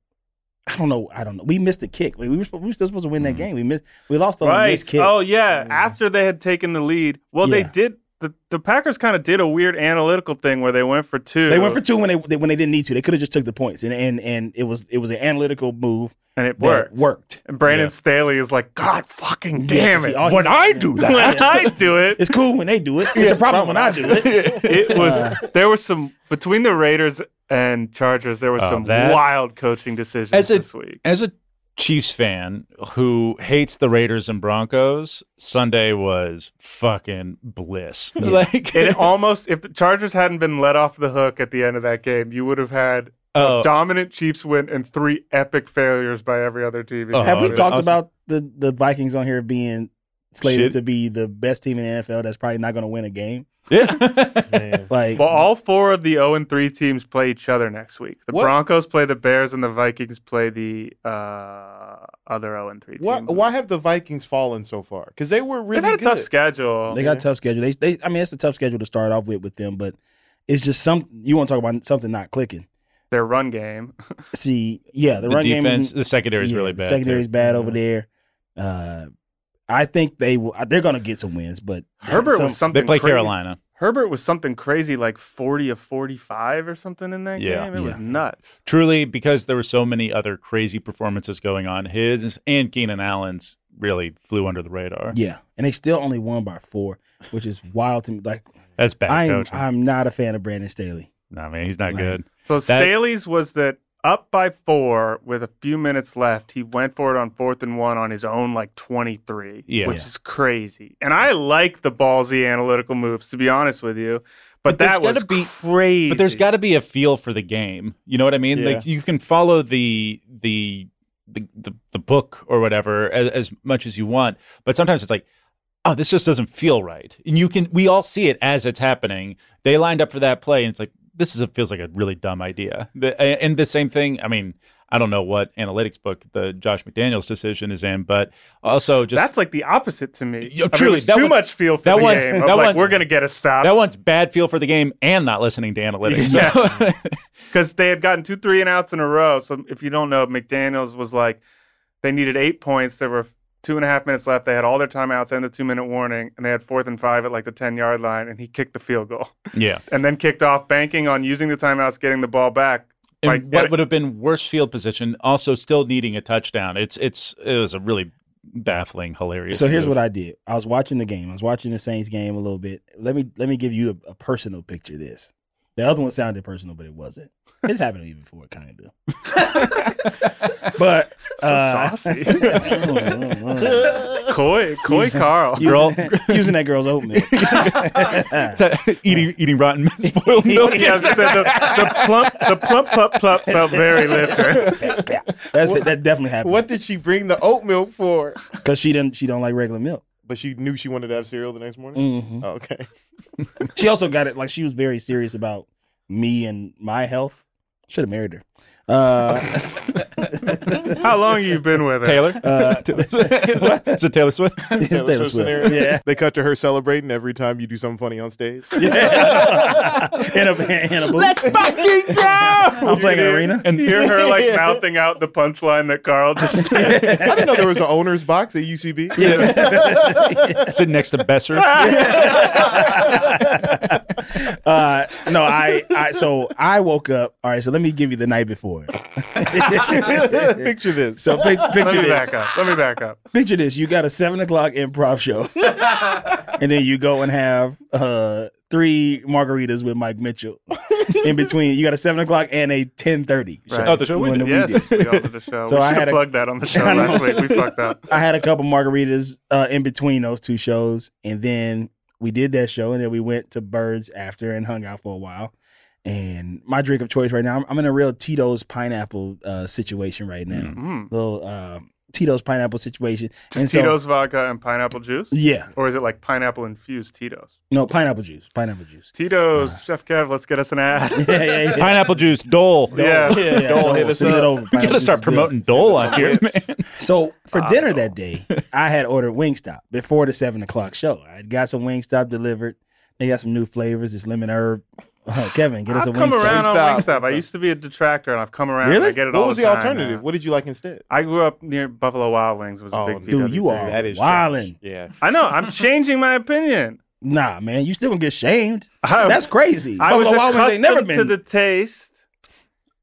I don't know. I don't know. We missed a kick. We, we were, supposed- we were still supposed to Mm-hmm. win that game. We missed. We lost on a right. missed kick. Oh yeah. After they had taken the lead, well, they Yeah. did. The, the Packers kind of did a weird analytical thing where they went for two. They went for two when they, they when they didn't need to. They could have just took the points, and and and it was it was an analytical move and it that worked. worked. And Brandon Yeah. Staley is like, God fucking Yeah, damn 'cause he it. always- when I do that, when I do [LAUGHS] it, It's cool when they do it. It's a problem when I do it. it was, there was some, between the Raiders and Chargers, there was Oh, some that- wild coaching decisions As a- this week. as a Chiefs fan who hates the Raiders and Broncos, Sunday was fucking [LAUGHS] bliss. Like It almost, if the Chargers hadn't been let off the hook at the end of that game, you would have had oh, [LAUGHS] a dominant Chiefs win and three epic failures by every other team. Oh, Have we yeah. talked Awesome. about the the Vikings on here being slated Shit. to be the best team in the NFL? That's probably not going to win a game. yeah. Man. Like Well, all four of the 0 and 3 teams play each other next week. The What- Broncos play the Bears, and the Vikings play the uh, other 0 and 3 team. Why, why have the Vikings fallen so far? Because they were really They've had a good. tough schedule. they got a tough schedule. They they I mean it's a tough schedule to start off with with them, but it's just some you want to talk about something not clicking. Their [LAUGHS] run game. See, yeah, the, The, run game is- defense, the secondary is Yeah, really the bad. Secondary's there. bad over there. Uh, I think they will. They're going to get some wins, [LAUGHS] but Herbert some- was something. They play crazy. Carolina. Herbert was something crazy, like forty or forty-five or something in that Yeah. game. It was Yeah. nuts. Truly, because there were so many other crazy performances going on, his and Keenan Allen's really flew under the radar. yeah, and they still only won by four, which is wild to me. Like That's bad I'm, coaching. I'm not a fan of Brandon Staley. no, man, he's not Right. good. So That- Staley's was that up by four with a few minutes left. He went for it on fourth and one on his own, like twenty-three, Yeah. which Yeah. is crazy. And I like the ballsy analytical moves, to be honest with you. But But, there's that was gotta be- crazy. But there's got to be a feel for the game. You know what I mean? Yeah. Like you can follow the the the the, the book or whatever as, as much as you want, but sometimes it's like, oh, this just doesn't feel right. And you can we all see it as it's happening. They lined up for that play, and it's like. this is a, feels like a really dumb idea. The, and the same thing. I mean, I don't know what analytics book the Josh McDaniels decision is in, but also just That's like the opposite to me. Yo, I mean, truly, there's that too one- much feel for that the one's- game. that That like, one's- we're gonna get a stop. that one's bad feel for the game and not listening to analytics. Yeah. So- because they had gotten two three and outs in a row. So if you don't know, McDaniel's was like they needed eight points. There were two and a half minutes left. They had all their timeouts and the two minute warning, and they had fourth and five at like the ten yard line, and he kicked the field goal [LAUGHS] [LAUGHS] yeah. and then kicked off, banking on using the timeouts, getting the ball back. in Like, what and- would have been worse field position, also still needing a touchdown. It's it's it was a really baffling, hilarious. So here's move. what I did. I was watching the game. I was watching the Saints game a little bit. Let me let me give you a, a personal picture. Of this the other one sounded personal, but it wasn't. It's happened to me before, kind [LAUGHS] of. But [LAUGHS] So uh, [LAUGHS] saucy. Coy, Coy Carl. [LAUGHS] girl, [LAUGHS] using that girl's oatmeal. It's a- eating eating rotten [LAUGHS] [LAUGHS] spoiled milk. [LAUGHS] Yeah, I was gonna say, the, the plump, the plump, plump, plump felt very lifter. That's it. That definitely happened. What did she bring the oat milk for? Because she didn't. She don't like regular milk. But she knew she wanted to have cereal the next morning. Mhm. Oh, okay. [LAUGHS] She also got it. Like she was very serious about me and my health. Should have married her. Uh, How long you been with [LAUGHS] her? Taylor. uh, Is it Taylor [LAUGHS] Swift? it's Taylor, Taylor Swift. Swift scenario. Yeah. They cut to her celebrating every time you do something funny on stage. Yeah. [LAUGHS] in a in a booth. Let's fucking go! I'm playing an arena. And Hear her like mouthing out the punchline that Carl just said. I didn't know there was an owner's box at UCB. [LAUGHS] sitting next to Besser. Uh, no, I, I. So I woke up. All right. So let me give you the night [LAUGHS] before. Picture this. So pic- Let picture me this. back up. Let me back up. Picture this. You got a seven o'clock improv [LAUGHS] show, and then you go and have uh, three margaritas with Mike Mitchell. In between, you got a seven o'clock and a ten thirty. Right. Oh, the show we When did. we did. Yes, we all did the show. So we I should had have a- plugged that on [LAUGHS] the show last week. We fucked up. I had a couple margaritas uh, in between those two shows, and then we did that show, and then we went to Birds after and hung out for a while. And my drink of choice right now, I'm, I'm in a real Tito's pineapple uh, situation right now, Mm. little uh, Tito's pineapple situation. And so, Tito's vodka and pineapple juice, yeah, or is it like pineapple infused Tito's? no pineapple juice, pineapple juice. [LAUGHS] Tito's, Chef Kev, let's get us an ad. Yeah, yeah, [LAUGHS] yeah. Pineapple juice, Dole. yeah. yeah, Dole, hit us send it up. over. We Pineapple gotta start juice, promoting Dole on here, man. Lips. [LAUGHS] So for Wow. dinner that day, I had ordered Wingstop before the seven o'clock show. I got some Wingstop delivered. They got some new flavors. It's lemon herb. Uh, [SIGHS] Kevin, get us I've a come Wingstop. around on Wingstop. Wingstop. I used to be a detractor, and I've come around. And Really? I get it all What was the time alternative? now. What did you like instead? I grew up near Buffalo Wild Wings. Was a Oh, big dude, Dude, PWT. you are That is wildin'. Yeah. I know. [LAUGHS] I'm changing my opinion. Nah, man, you still gonna get shamed. [LAUGHS] I- That's crazy. I was Buffalo Wild Wings ain't accustomed never to been. the taste.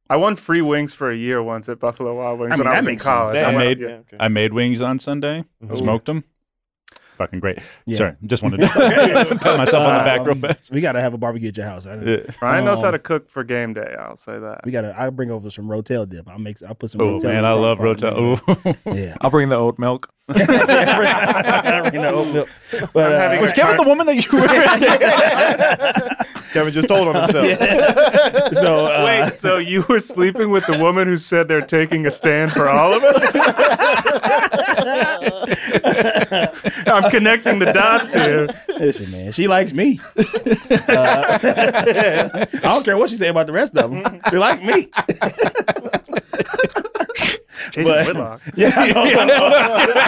I won free wings for a year once at Buffalo Wild Wings I mean, when I that was in makes sense. college. I Damn. went- made- yeah. Yeah, okay. I made wings on Sunday. Smoked them. Fucking great. Yeah. Sorry, just [LAUGHS] wanted to [LAUGHS] pat myself on the back real Um, fast. We gotta have a barbecue at your house. I, Yeah. Ryan knows how Um, to cook for game day. I'll say that. We gotta. I'll bring over some Rotel dip. I'll make. I'll put some. Oh Rotel man, in I the love crock pot. Rotel. Ooh. [LAUGHS] Yeah. I'll bring the oat milk. I bring the oatmeal. But, I'm uh, having Was a Kevin hard- the woman that you were? Kevin just told on [LAUGHS] himself. [LAUGHS] so uh, Wait, so you were sleeping with the woman who said they're taking a stand for all of [LAUGHS] us? I'm connecting the dots here. Listen, man, she likes [LAUGHS] me. Uh, [LAUGHS] I don't care what she say about the rest of them. She like me. Jason But- Whitlock. Yeah, I know, I know.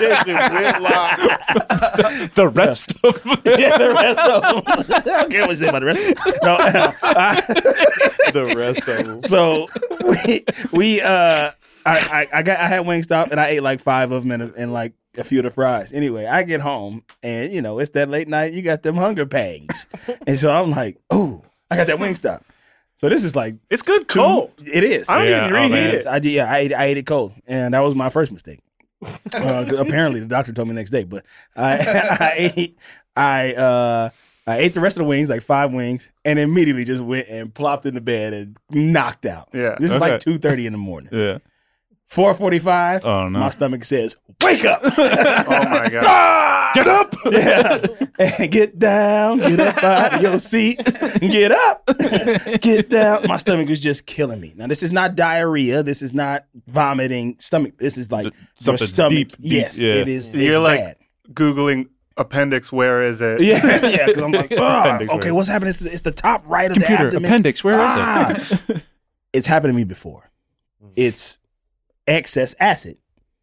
Jason Whitlock. the rest of [LAUGHS] yeah, the rest of them. [LAUGHS] I don't care what she say about the rest. Of them. No, I- The rest of them. so we we uh, I, I I got I had Wingstop and I ate like five of them and, and like a few of the fries. Anyway, I get home and you know it's that late night. You got them hunger pangs, and so I'm like, oh, I got that Wingstop. So this is like It's good cold. it is. I don't Yeah, even oh, reheat man. it. Yes, I did. Yeah, I ate, I ate it cold, and that was my first mistake. Uh, 'cause apparently, the doctor told me the next day, but I, [LAUGHS] I ate, I, uh, I ate the rest of the wings, like five wings, and immediately just went and plopped in the bed and knocked out. Yeah. this is Okay. like two thirty in the morning, [LAUGHS] Yeah. four forty-five. Oh, no. my stomach says, "Wake up, [LAUGHS] Oh my god. Get up! yeah, [LAUGHS] and get down, get up out of your seat, get up, [LAUGHS] get down." My stomach was just killing me. Now, this is not diarrhea. This is not vomiting. Stomach. This is like Something your stomach. deep, deep, yes, yeah. it is. You're it's like bad. [LAUGHS] Googling appendix, where is it? Yeah, yeah. Because [LAUGHS] I'm like, "Ah, Appendix okay, word. what's happening? It's the, it's the top right of the Computer, abdomen. appendix, where is it? Ah! it's happened to me before. It's excess acid,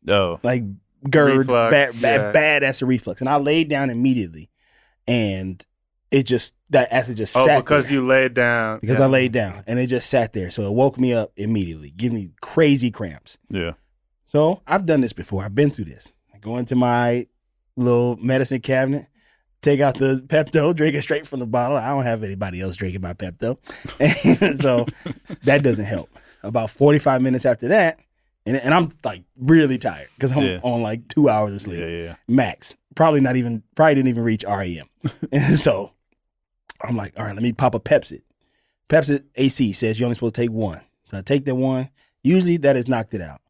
[LAUGHS] Oh. like GERD, Reflux, bad, bad, yeah. bad acid reflux, and I laid down immediately, and it just that acid just Oh, sat because there. you laid down. because Yeah. I laid down and it just sat there, so it woke me up immediately, giving me crazy cramps. Yeah. So I've done this before. I've been through this. I go into my little medicine cabinet, take out the Pepto, [LAUGHS] drink it straight from the bottle. I don't have anybody else drinking my Pepto. [LAUGHS] And so that doesn't help. About 45 minutes after that, and, and I'm like really tired because I'm Yeah. on like two hours of Yeah, sleep yeah, yeah. max. Probably not even, probably didn't even reach REM. [LAUGHS] and [LAUGHS] so I'm like, all right, let me pop a Pepsi. Pepsi AC says you're only supposed to take one. So I take that one. Usually that has knocked it out.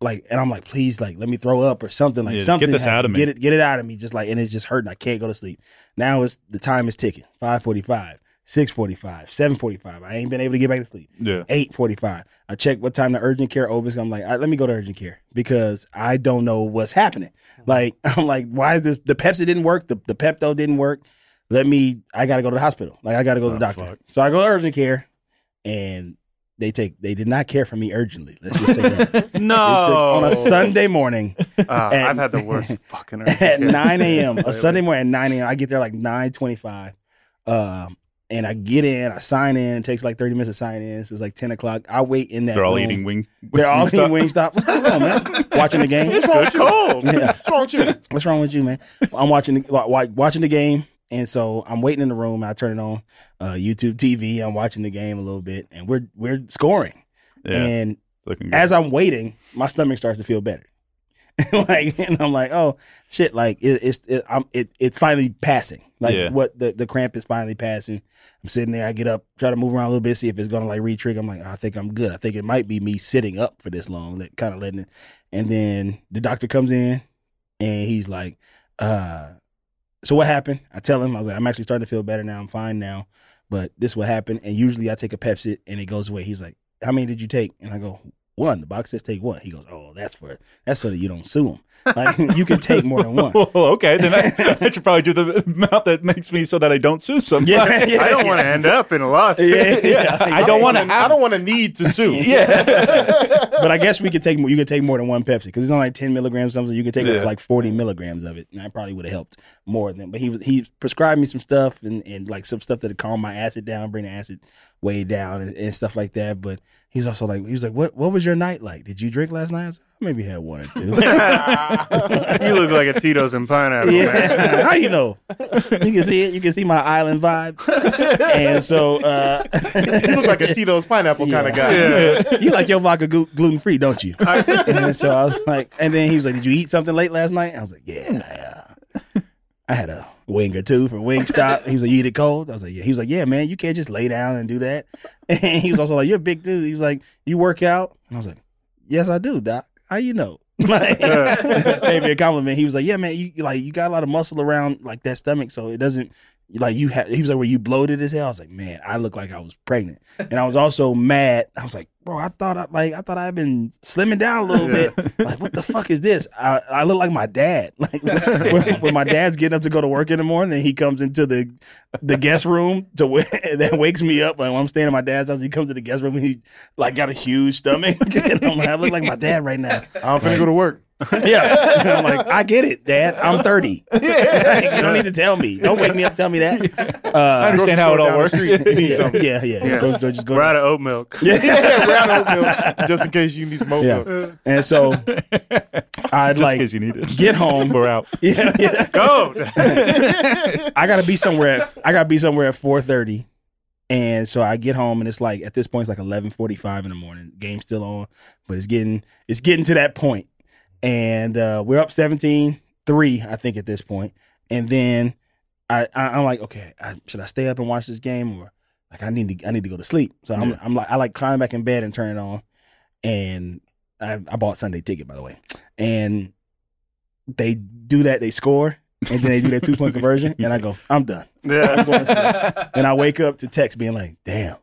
Like, and I'm like, please, like, let me throw up or something. Like Yeah, get something. this happened. out of me. Get it, get it out of me. Just like, and it's just hurting. I can't go to sleep. Now it's the time is ticking. 545, 645, 745. I ain't been able to get back to sleep. Yeah. 845. I check what time the urgent care opens. I'm like, "All right, let me go to urgent care because I don't know what's happening. Like, [LAUGHS] I'm like, why is this? The Pepsi didn't work. The, the Pepto didn't work. Let me, I got to go to the hospital. Like, I got to go to the Oh, doctor. fuck. So I go to urgent care and they take, they did not care for me urgently. Let's just say [LAUGHS] that. They took- No. on Oh. a Sunday morning Ah, and- I've had the [LAUGHS] worst fucking urgent at care. 9 a.m. A Lately. Sunday morning at 9 a.m. I get there like 9:25, um, and I get in. I sign in. It takes like 30 minutes to sign in. So it's like 10 o'clock. I wait in that. They're all room. eating wing. They're all Wingstop. eating Wingstop. What's going on, man? Watching the game. What's wrong with you? [LAUGHS] Cold. Yeah. What's wrong with you? What's wrong with you, man? I'm watching the, wa- wa- watching the game, and so I'm waiting in the room. I turn it on uh, YouTube TV. I'm watching the game a little bit, and we're we're scoring. Yeah. And it's looking good. [LAUGHS] as I'm waiting, my stomach starts to feel better. [LAUGHS] like, and I'm like, oh shit! Like, it, it's it, I'm it it's finally passing. Like, Yeah. what the the cramp is finally passing. I'm sitting there. I get up, try to move around a little bit, see if it's gonna like re-trigger. I'm like, "Oh, I think I'm good. I think it might be me sitting up for this long, that kind of letting it. And then the doctor comes in, and he's like, uh, so what happened? I tell him, I was like, I'm actually starting to feel better now. I'm fine now, but this will happen. And usually I take a Pepsi and it goes away. He's like, how many did you take? And I go, one. The box says take one. He goes, oh, that's for that's so that you don't sue him. Like [LAUGHS] you can take more than [LAUGHS] one. well, Oh, okay, then [LAUGHS] I, I should probably do the amount that makes me so that I don't sue somebody. [LAUGHS] Yeah, yeah. I don't want to end up in a lawsuit. Yeah, Yeah, I don't want to have. I don't want to need to [LAUGHS] sue. yeah, But I guess we could take more. You could take more than one Pepsi because it's only like ten milligrams something. You could take up Yeah. to like forty milligrams of it, and that probably would have helped more than. But he was he prescribed me some stuff and and like some stuff that calmed my acid down, bring the acid way down, and, and stuff like that. But he was also like he was like, what What was your night like? Did you drink last night? I was like, maybe had one or two. [LAUGHS] you look like a Tito's and pineapple, man. Yeah. [LAUGHS] How you know? You can see it. You can see my island vibes. And so uh, [LAUGHS] you look like a Tito's pineapple kind of Yeah. guy. [LAUGHS] you like your vodka gluten free, don't you? and so I was like, and then he was like, "Did you eat something late last night?" I was like, "Yeah, I, uh, I had a wing or two from Wingstop." He was like, "You eat it cold?" I was like, "Yeah." He was like, "Yeah, man, you can't just lay down and do that." [LAUGHS] And he was also like, "You're a big dude." He was like, "You work out?" And I was like, "Yes, I do, doc. How you know?" [LAUGHS] Like, gave me a compliment. He was like, "Yeah, man, you like you got a lot of muscle around like that stomach, so it doesn't." Like you had, he was like, "Were you bloated as hell?" I was like, "Man, I look like I was pregnant," and I was also mad. I was like, "Bro, I thought I like I thought I'd been slimming down a little bit, like what the fuck is this i, I look like my dad [LAUGHS] like when, when my dad's getting up to go to work in the morning and he comes into the the guest room to wa- [LAUGHS] that wakes me up like when i'm staying at my dad's house he comes to the guest room and he like got a huge stomach [LAUGHS] and i'm like i look like my dad right now I'm finna go to work. yeah And i'm like i get it dad i'm 30 Like, you don't need to tell me don't wake me up tell me that I uh, understand how it all Grocery works. store [LAUGHS] down the street. yeah, yeah, yeah, Yeah. Go, go- just go We're out of oat milk. [LAUGHS] yeah, [LAUGHS] yeah, we're out of oat milk, just in case you need some oat Yeah. milk. [LAUGHS] and so i'd Just in like case you need it. get [LAUGHS] home We're out. yeah, [LAUGHS] yeah. Go. [LAUGHS] I gotta be somewhere. At, I gotta be somewhere at four thirty, and so I get home and it's like at this point it's like eleven forty five in the morning. Game's still on, but it's getting it's getting to that point, and uh, we're up 17-3, I think at this point, and then I, I I'm like, okay, I, should I stay up and watch this game or like I need to I need to go to sleep? So I'm I'm like I like climb back in bed and turn it on, and I I bought Sunday ticket by the way, and they do that they score. and then they do that two point conversion, and I go, I'm done. Yeah. And I wake up to text being like, damn,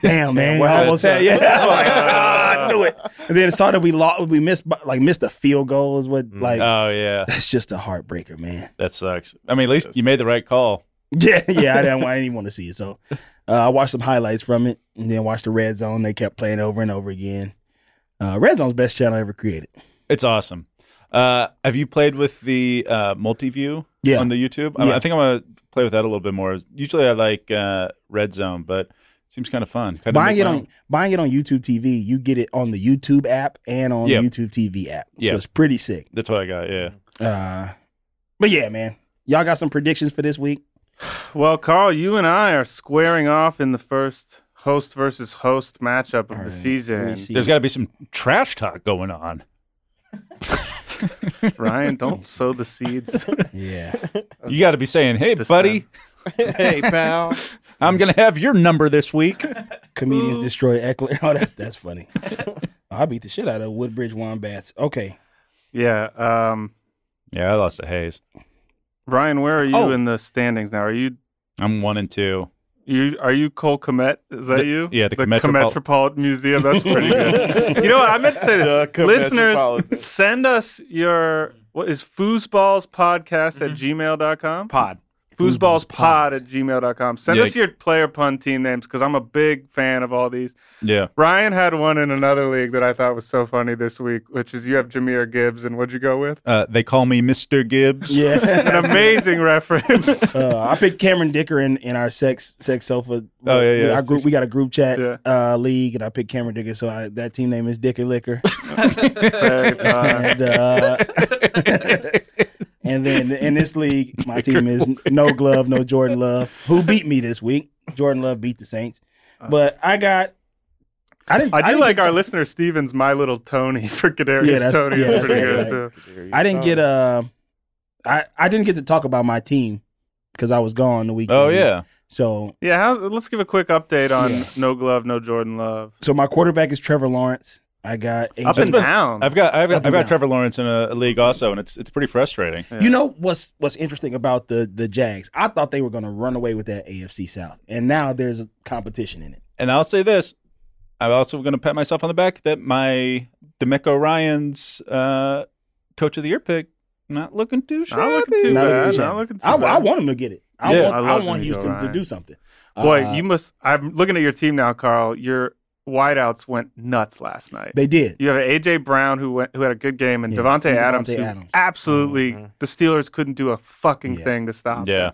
damn, man. [LAUGHS] what I almost had, yeah. I'm [LAUGHS] like, happened? ah, I knew it. And then saw that we lost, we missed by- like missed a field goal is what like Oh yeah, that's just a heartbreaker, man. [LAUGHS] that sucks. I mean, at least you made the right call. Yeah, yeah. I didn't, I didn't even want to see it. So uh, I watched some highlights from it and then watched the Red Zone. They kept playing over and over again. Uh, Red Zone's best channel ever created. It's awesome. Uh, have you played with the uh, multi-view Yeah. on the YouTube? I, Yeah. I think I'm gonna play with that a little bit more. Usually I like uh, Red Zone, but it seems kind of fun. Kind buying it on buying it on YouTube TV, you get it on the YouTube app and on Yeah. YouTube TV app. Yeah. So it's pretty sick. That's what I got. Yeah. Uh, but yeah, man, y'all got some predictions for this week? Well, Carl, you and I are squaring off in the first host versus host matchup of the season. There's got to be some trash talk going on. [LAUGHS] Ryan, don't sow the seeds. yeah. You got to be saying, "Hey, This buddy, hey, pal. I'm gonna have your number this week." Comedians destroy Eckler. [LAUGHS] Oh, that's that's funny. I beat the shit out of Woodbridge Wombats. Okay. yeah. Um, yeah, I lost to Hayes. Ryan, where are you Oh. in the standings now? Are you I'm one and two. you are you Cole Komet? Is that The- you? yeah, the the Kometropol- Metropolitan Museum. That's [LAUGHS] pretty good. you know what? I meant to say The this. Kometropolitan. Listeners, send us your what is foosballs podcast Mm-hmm. at gmail.com. [LAUGHS] Pod. Foosballs pod at gmail.com. Send Yeah. us your player pun team names because I'm a big fan of all these. Yeah. Ryan had one in another league that I thought was so funny this week, which is you have Jameer Gibbs, and what'd you go with? Uh, they call me Mr. Gibbs. Yeah. An amazing [LAUGHS] reference. Uh, I picked Cameron Dicker in, in our sex sex sofa. Oh, yeah, yeah. Our group, we got a group chat Yeah. uh, league, and I picked Cameron Dicker. So I, that team name is Dicker Licker. Very fun. [LAUGHS] and uh, and then in this league, my team is no glove, no Jordan Love, who beat me this week. Jordan Love beat the Saints, but I got. I didn't. Uh, I do didn't like get our to- listener Steven's My Little Tony [LAUGHS] for Kadarius Yeah, that's- Tony. yeah, is that's pretty good right. too. I didn't get uh, Um, I I didn't get to talk about my team because I was gone the week. Oh yeah. So Yeah, how, let's give a quick update on Yeah. No Glove, No Jordan Love. so my quarterback is Trevor Lawrence. I got AJ. Up and been- down. I've got I've, Up got- and I've got down. Trevor Lawrence in a, a league also, and it's it's pretty frustrating. You know what's what's interesting about the the Jags? I thought they were going to run away with that AFC South, and now there's competition in it. And I'll say this: I'm also going to pat myself on the back that my D'Amico Ryan's uh, coach of the year pick not looking too shabby. not looking too Not looking bad. too Not shabby. looking too I, I bad. want him to get it. I Yeah. want, I I love want Domingo Houston to Ryan. do something. Boy, Uh, you must. I'm looking at your team now, Carl. Your wideouts went nuts last night. they did. You have AJ Brown who went, who had a good game, and Yeah, Devontae and Adams, Davante who Adams. absolutely the Steelers couldn't do a fucking Yeah. thing to stop. Mm-hmm. Yeah,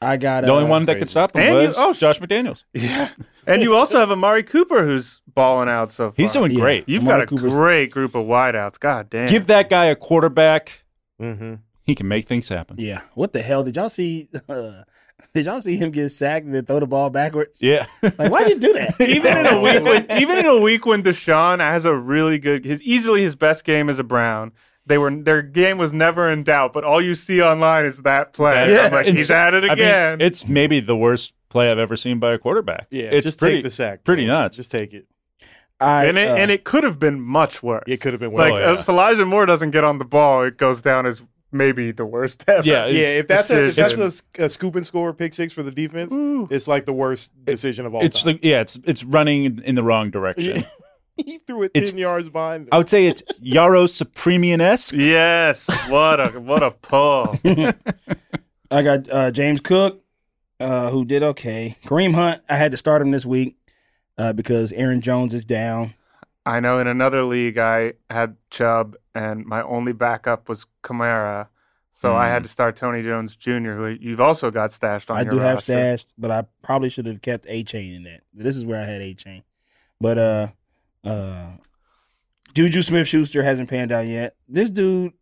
I got the only uh, one that could stop him And you- was oh, sh- Josh McDaniels. and you also have Amari Cooper who's balling out so far. He's doing Yeah. great. You've Amari got a Cooper's- great group of wideouts. God damn. Give that guy a quarterback; Mm-hmm. he can make things happen. Yeah. What the hell did y'all see? [LAUGHS] Uh, did y'all see him get sacked and then throw the ball [LAUGHS] backwards? Yeah, Like, why'd you do [LAUGHS] that? even in [LAUGHS] a week when even in a week when Deshaun has a really good his easily his best game as a Brown. They were their game was never in doubt, but all you see online is that play. Yeah. I'm like, It's- he's at it I mean, again. it's maybe the worst play I've ever seen by a quarterback. Yeah, it's just pretty. take the sack. pretty bro. nuts. Just take it. I, and it, uh, and it could have been much worse. It could have been worse. like yeah. if Elijah Moore doesn't get on the ball, it goes down as maybe the worst [LAUGHS] ever. yeah, yeah, if that's a, if that's decision. a, s- a scoop and score pick six for the defense, Ooh. it's like the worst decision of all it's time. like yeah, it's it's running in- in the wrong direction. [LAUGHS] he threw it it's- ten yards behind. I would say it's Yarrow Supremian esque. Yes. What a [LAUGHS] what a pull. I got uh, James Cook, uh, who did okay. Kareem Hunt, I had to start him this week uh, because Aaron Jones is down. I know in another league I had Chubb and my only backup was Kamara. So I Mm. had to start Tony Jones Jr., who you've also got stashed on I your do have roster. stashed, but I probably should have kept A Chain in that. This is where I had A Chain. But uh Mm-hmm. uh Juju Smith Schuster hasn't panned out yet. This dude,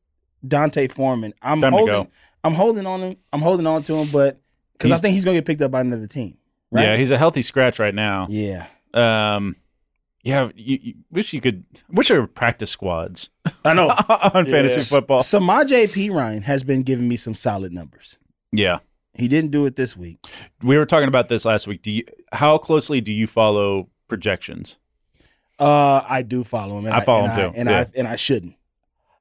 Dante Foreman, I'm Time to holding go. I'm holding on him. I'm holding on to him, but because I He's- think he's gonna get picked up by another team. Right? Yeah, he's a healthy scratch right now. yeah. Um, yeah, you, you wish you could. Wish there were practice squads [LAUGHS] I know. on fantasy football. Samaj P. Ryan has been giving me some solid numbers. Yeah, He didn't do it this week. we were talking about this last week. Do you? How closely do you follow projections? Uh I do follow him. And I follow and him too, And yeah. I and I shouldn't.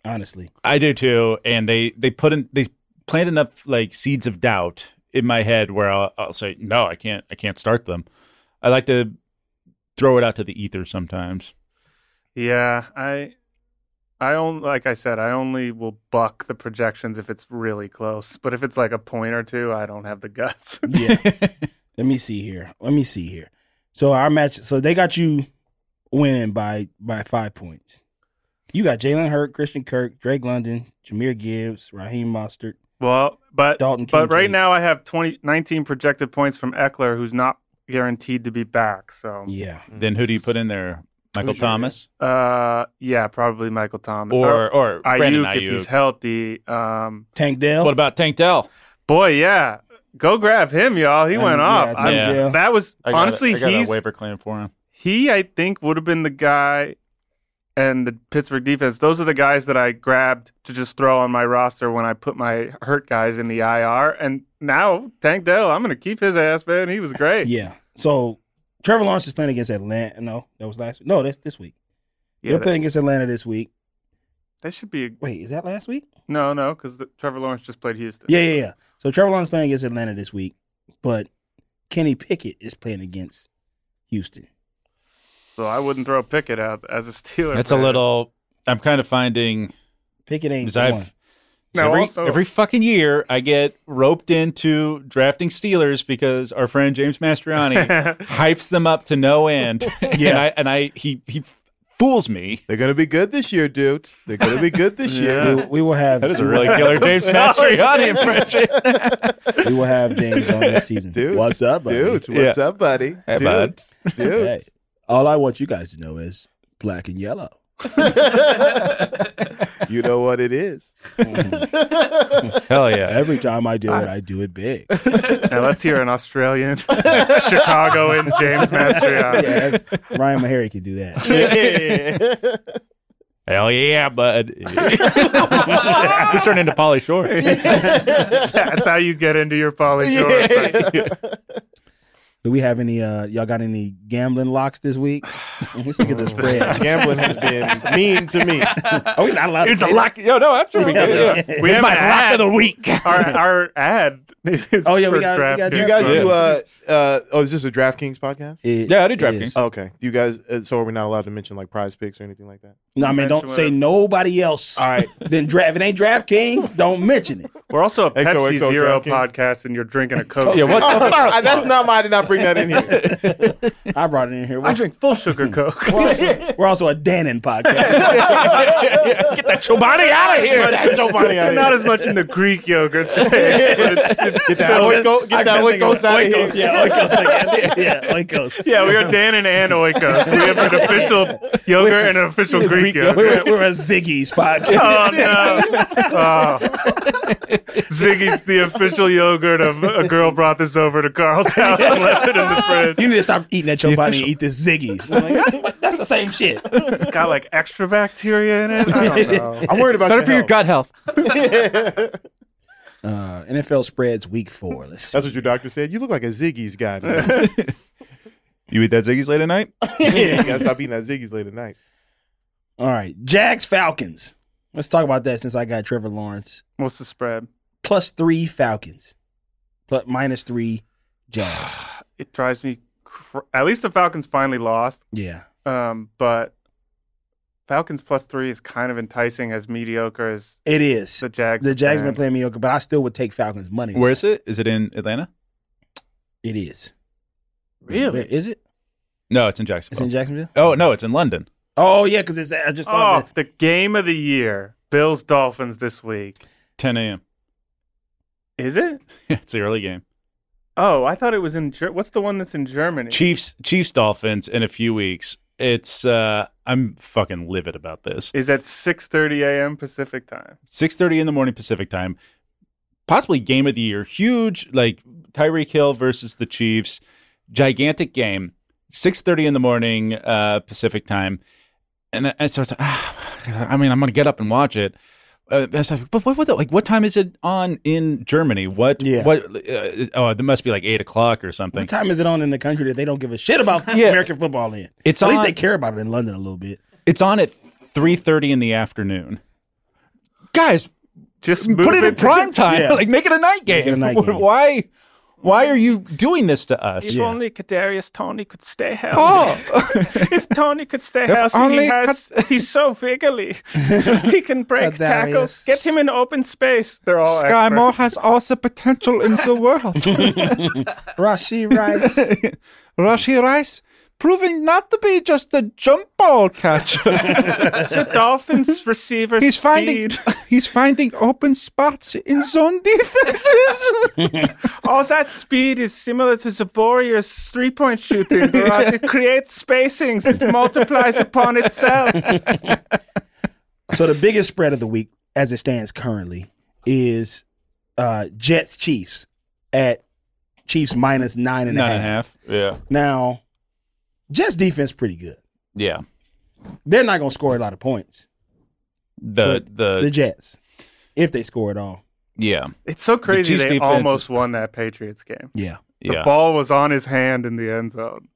Honestly. I do too, and they they put in they plant enough like seeds of doubt in my head where I'll, I'll say no, I can't, I can't start them. I like to throw it out to the ether sometimes. Yeah, I, I only like I said, I only will buck the projections if it's really close. But if it's like a point or two, I don't have the [LAUGHS] guts. Yeah. Let me see here. Let me see here. So our match. So they got you winning by by five points. You got Jalen Hurt, Christian Kirk, Drake London, Jameer Gibbs, Raheem Mostert. well, but Dalton but Kincaid. right now I have 20, 19 projected points from Eckler, who's not guaranteed to be back. So Yeah. Then who do you put in there? Michael Who's your Thomas Uh, yeah, probably Michael Thomas or or Ayuk Brandon if he's Ayuk? healthy. Um, Tank Dell. What about Tank Dell? boy, yeah, go grab him, y'all. He Um, went yeah, off. Tank I- Dell. That was I got a- honestly I got he's a waiver claim for him. he I think would have been the guy, and the Pittsburgh defense. Those are the guys that I grabbed to just throw on my roster when I put my hurt guys in the IR. And now Tank Dell, I'm gonna keep his ass, man. He was great. Yeah. So Trevor Lawrence is playing against Atlanta. No, that was last. No, that's this week. Yeah, They're that, playing against Atlanta this week. that should be a, Wait, is that last week? no, no, because Trevor Lawrence just played Houston. Yeah, yeah, yeah. So Trevor Lawrence playing against Atlanta this week, but Kenny Pickett is playing against Houston. So I wouldn't throw Pickett out as a Steeler. That's a fan. little. I'm kind of finding Pickett ain't because the I've one. so Now every, also- every fucking year I get roped into drafting Steelers because our friend James Mastriani hypes them up to no end. yeah, and I, and I he he fools me. They're gonna be good this year, dudes. They're gonna be good this year. We, we will have That is [LAUGHS] a really killer James Mastriani impression. we will have James on this season. [LAUGHS] Dude, What's up, buddy? Dude, what's up, buddy? Hey, dude, bud. dude. Hey, all I want you guys to know is black and yellow. You know what it [LAUGHS] is. Hell yeah. Every time I do it, I do it [LAUGHS] big. Now let's [LAUGHS] hear an Australian, Chicagoan James [LAUGHS] Mastriani. Yeah, that's- Ryan Meharry can do that. Hell yeah, bud. [LAUGHS] this turned into Polly Shore. That's how you get into your Polly Shore. Do we have any? uh Y'all got any gambling locks this week? Let's look at the spread. [LAUGHS] Gambling has been mean to me. Are we not allowed? It's a lock. Yo, no, after [LAUGHS] we get it. We have my an lock ad. of the week. Our, our ad is Oh, yeah, we for got- we got- Do you DraftKings. guys do? Yeah. Uh, uh, oh, is this a DraftKings podcast? It Yeah, I did is. DraftKings. Oh, okay. Do you guys? Uh, so are we not allowed to mention like Prize Picks or anything like [LAUGHS] that? No, I mean, don't Mention say whatever. nobody else. All right. [LAUGHS] Then draft. If it ain't DraftKings, don't mention it. We're also a XOXO Pepsi Zero DraftKings. podcast, and you're drinking a Coke. Yeah, Oh, what the fuck? [LAUGHS] I- That's not mine. I did not bring that in here. I brought it in here. I We're, drink full sugar Coke. we're [LAUGHS] also, we're also a Dannon podcast. Get that Chobani out of here. Get your money out of Not here. as much in the Greek yogurt space. but it's- it's- [LAUGHS] Get that Oiko. Get that Oikos out of here. Oikos, yeah, Oikos, [LAUGHS] I guess. yeah, Oikos. yeah, we are Dan and Ann Oikos. We have an official yogurt and an official Greek yogurt. We're, [LAUGHS] we're a Ziggy's podcast. Oh no! Oh. Ziggy's the official yogurt of a girl brought this over to Carl's house and left it in the fridge. You need to stop eating that your body and eat this Ziggy's. I'm like, "What? that's the same shit. It's got like extra bacteria in it. I don't know. I'm worried about your health. health. Uh, NFL spreads week four. Let's see. [LAUGHS] That's what your doctor said. You look like a Ziggy's guy. [LAUGHS] today. You eat that Ziggy's late at night? you gotta stop eating that Ziggy's late at night. All right, Jags Falcons. Let's talk about that since I got Trevor Lawrence What's the spread? plus three Falcons, plus minus three Jags. [SIGHS] It drives me. Cr- At least the Falcons finally lost, Yeah, um, but Falcons plus three is kind of enticing, as mediocre as it is. the Jags. The Jags have been playing mediocre, but I still would take Falcons money. Where is it? Is it in Atlanta? it is? Really? Where is it? No, it's in It's Jacksonville. in Jacksonville. oh, no, it's in London. Oh yeah, because it's. I just saw Oh, the game of the year: Bills Dolphins this week. 10 a.m. Is it? it's the early game. Oh, I thought it was in. Ger- What's the one that's in Germany? Chiefs, Chiefs, Dolphins in a few weeks. It's uh I'm fucking livid about this. is at 6:30 a.m. Pacific time. Six thirty in the morning Pacific time, possibly game of the year. Huge like Tyreek Hill versus the Chiefs, gigantic game. Six thirty in the morning uh Pacific time, and, and so it's ah, I mean I'm gonna get up and watch it. Uh, that's like, but what, what the, like what time is it on in Germany? What Yeah. what? Uh, oh, it must be like eight o'clock or that. something. What time is it on in the country that they don't give a shit about [LAUGHS] Yeah. American football in? It's At on. least they care about it in London a little bit. It's on at three thirty in the afternoon. Guys, Just put it in prime time. Yeah. [LAUGHS] Like make it a night game. it a night game. Why? Why are you doing this to us? If only Kadarius Tony could stay healthy. [LAUGHS] Oh, [LAUGHS] if Tony could stay healthy, only he has, [LAUGHS] he's so wiggly. he can break tackles. Kadarius. Get him in open space. They're all Sky experts. Moore has all the potential in the [LAUGHS] world. Rashi Rice. Rashi Rice proving not to be just a jump ball catcher. [LAUGHS] [LAUGHS] the Dolphins receiver He's finding speed. [LAUGHS] he's finding open spots in zone [LAUGHS] defenses. All that speed is similar to the Warriors' three-point shooting. Right? It creates spacings. It multiplies upon itself. So the biggest spread of the week, as it stands currently, is uh, Jets Chiefs at Chiefs minus nine and a half. Nine and a half. Yeah. Now, Jets defense pretty good. Yeah. They're not going to score a lot of points. The, the the Jets, if they score at all, yeah It's so crazy crazy they they almost almost won that Patriots game. yeah, The yeah. ball was on his hand in the end zone.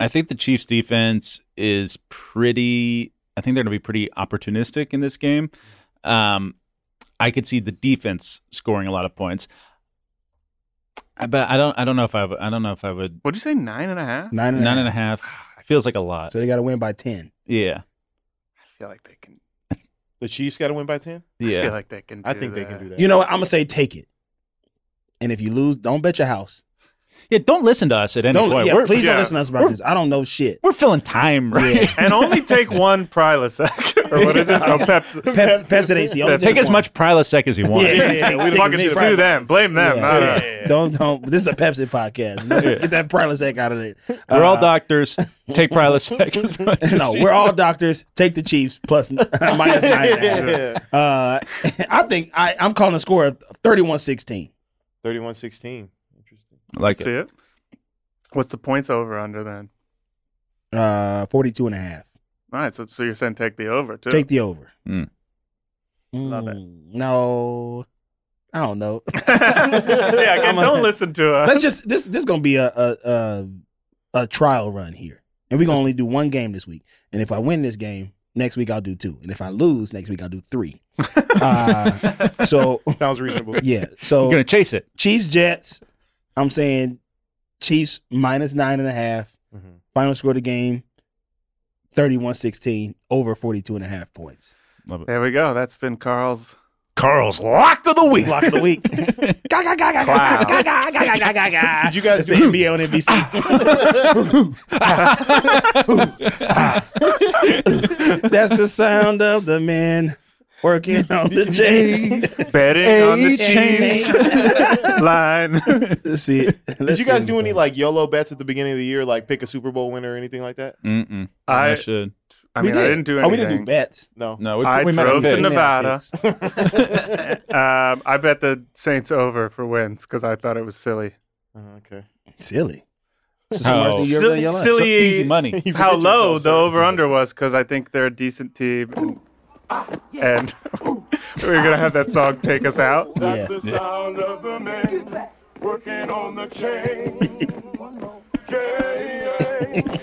I think the Chiefs defense is pretty I think they're going to be pretty opportunistic in this game. Um I could see the defense scoring a lot of points. I- But I don't I don't know if I would- I don't know if I would What'd you say, nine and a half? nine and a nine half. and a half feels like a lot. So they got to win by ten. Yeah. I feel like they can. The Chiefs got to win by ten. I feel Yeah. like they can. I think they can do that. You know what? I'm gonna say take it. And if you lose, don't bet your house. Yeah, don't listen to us at any Don't. point. yeah, we're, please don't yeah. listen to us about We're- this. I don't know shit. we're filling time right [LAUGHS] Yeah. And only take one Prilosec [LAUGHS] or what is it? [LAUGHS] No, Pepsi. Pep, Pepsi AC. only Yeah, Take as one. much Prilosec as you want. Yeah, yeah, yeah. We Take fucking me, sue Prilosec. them. Blame them. uh. Yeah, not yeah. us. Don't don't. This is a Pepsi podcast. [LAUGHS] Get that Prilosec out of there. [LAUGHS] We're all Uh, [LAUGHS] doctors. Take Prilosec. as much as No, you- we're all doctors. Take the Chiefs plus [LAUGHS] [LAUGHS] minus nine. and [LAUGHS] a half. Uh, I think I, I'm calling a score of 31-16. 31-16. Interesting. I like See it. it? What's the points over under then? Uh, 42 and a half. All right, so, so you're saying take the over too. [LAUGHS] Take the over. Mm. Love it. Mm, No, I don't know. [LAUGHS] yeah, again, I'm a- don't listen to us. Let's just this this gonna be a a a, a trial run here, and we're gonna only do one game this week. And if I win this game next week, I'll do two. And if I lose next week, I'll do [LAUGHS] three. uh, so Sounds reasonable. yeah, You're so going to chase it. Chiefs Jets. I'm saying Chiefs minus nine and a half. Mm-hmm. Mhm. Final score of the game 31-16 over 42 and a half points. There we go. That's been [LAUGHS] Carl's. Carl's lock of the week. Lock of the week. Did you [LAUGHS] It's guys the do NBA on NBC. That's the sound of the men working [LAUGHS] on the J. Betting on the [LAUGHS] Chiefs line. Let's see. it. Did Let's you guys see. do any like YOLO bets at the beginning of the year, like pick a Super Bowl winner or anything like that? Mm-mm. I, I- should. I We mean, I did. didn't do Oh, anything. we didn't do bets. No. No, we, I we might drove have to been. Nevada. Yeah, um, I bet the Saints over for wins because I thought it was silly. Uh, okay. Silly. This is Oh. the worst year of Silly, your life. So silly easy money. You how forget low yourself, the sir. over under was because I think they're a decent team. And, and [LAUGHS] we are going to have that song take us out. [LAUGHS] Yeah. The sound of the men working on the chain. Yeah, yeah.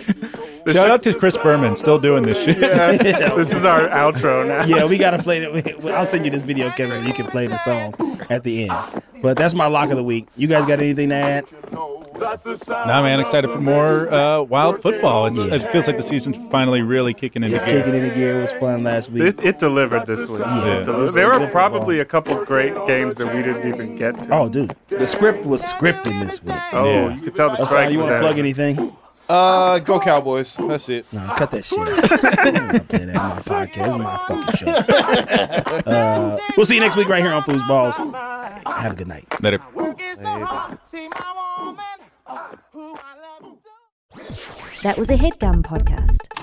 Shout out to Chris Berman, still doing this shit. Yeah, this is our outro now. Yeah, we gotta play it. I'll send you this video, Kevin, so you can play the song at the end. But that's my lock of the week. You guys got anything to add? That's the sound. Nah, man, excited for more uh, wild football. It's, It feels like the season's finally really kicking into It's gear. kicking into gear. It was fun last week. It, it delivered this week. Yeah. It deli- there were probably a couple great games that we didn't even get to. Oh, dude, the script was scripting this week. Oh, Yeah. you could tell the Sorry, strike you was want to at plug it. anything? Uh, go Cowboys. That's it. No, cut that [LAUGHS] shit. out. I'm not playing that on my podcast. It's my fucking show. [LAUGHS] Uh, we'll see you next week right here on Foosballs. Have a good night. Later. Working so hard. See my woman, who I love so That was a headgum podcast.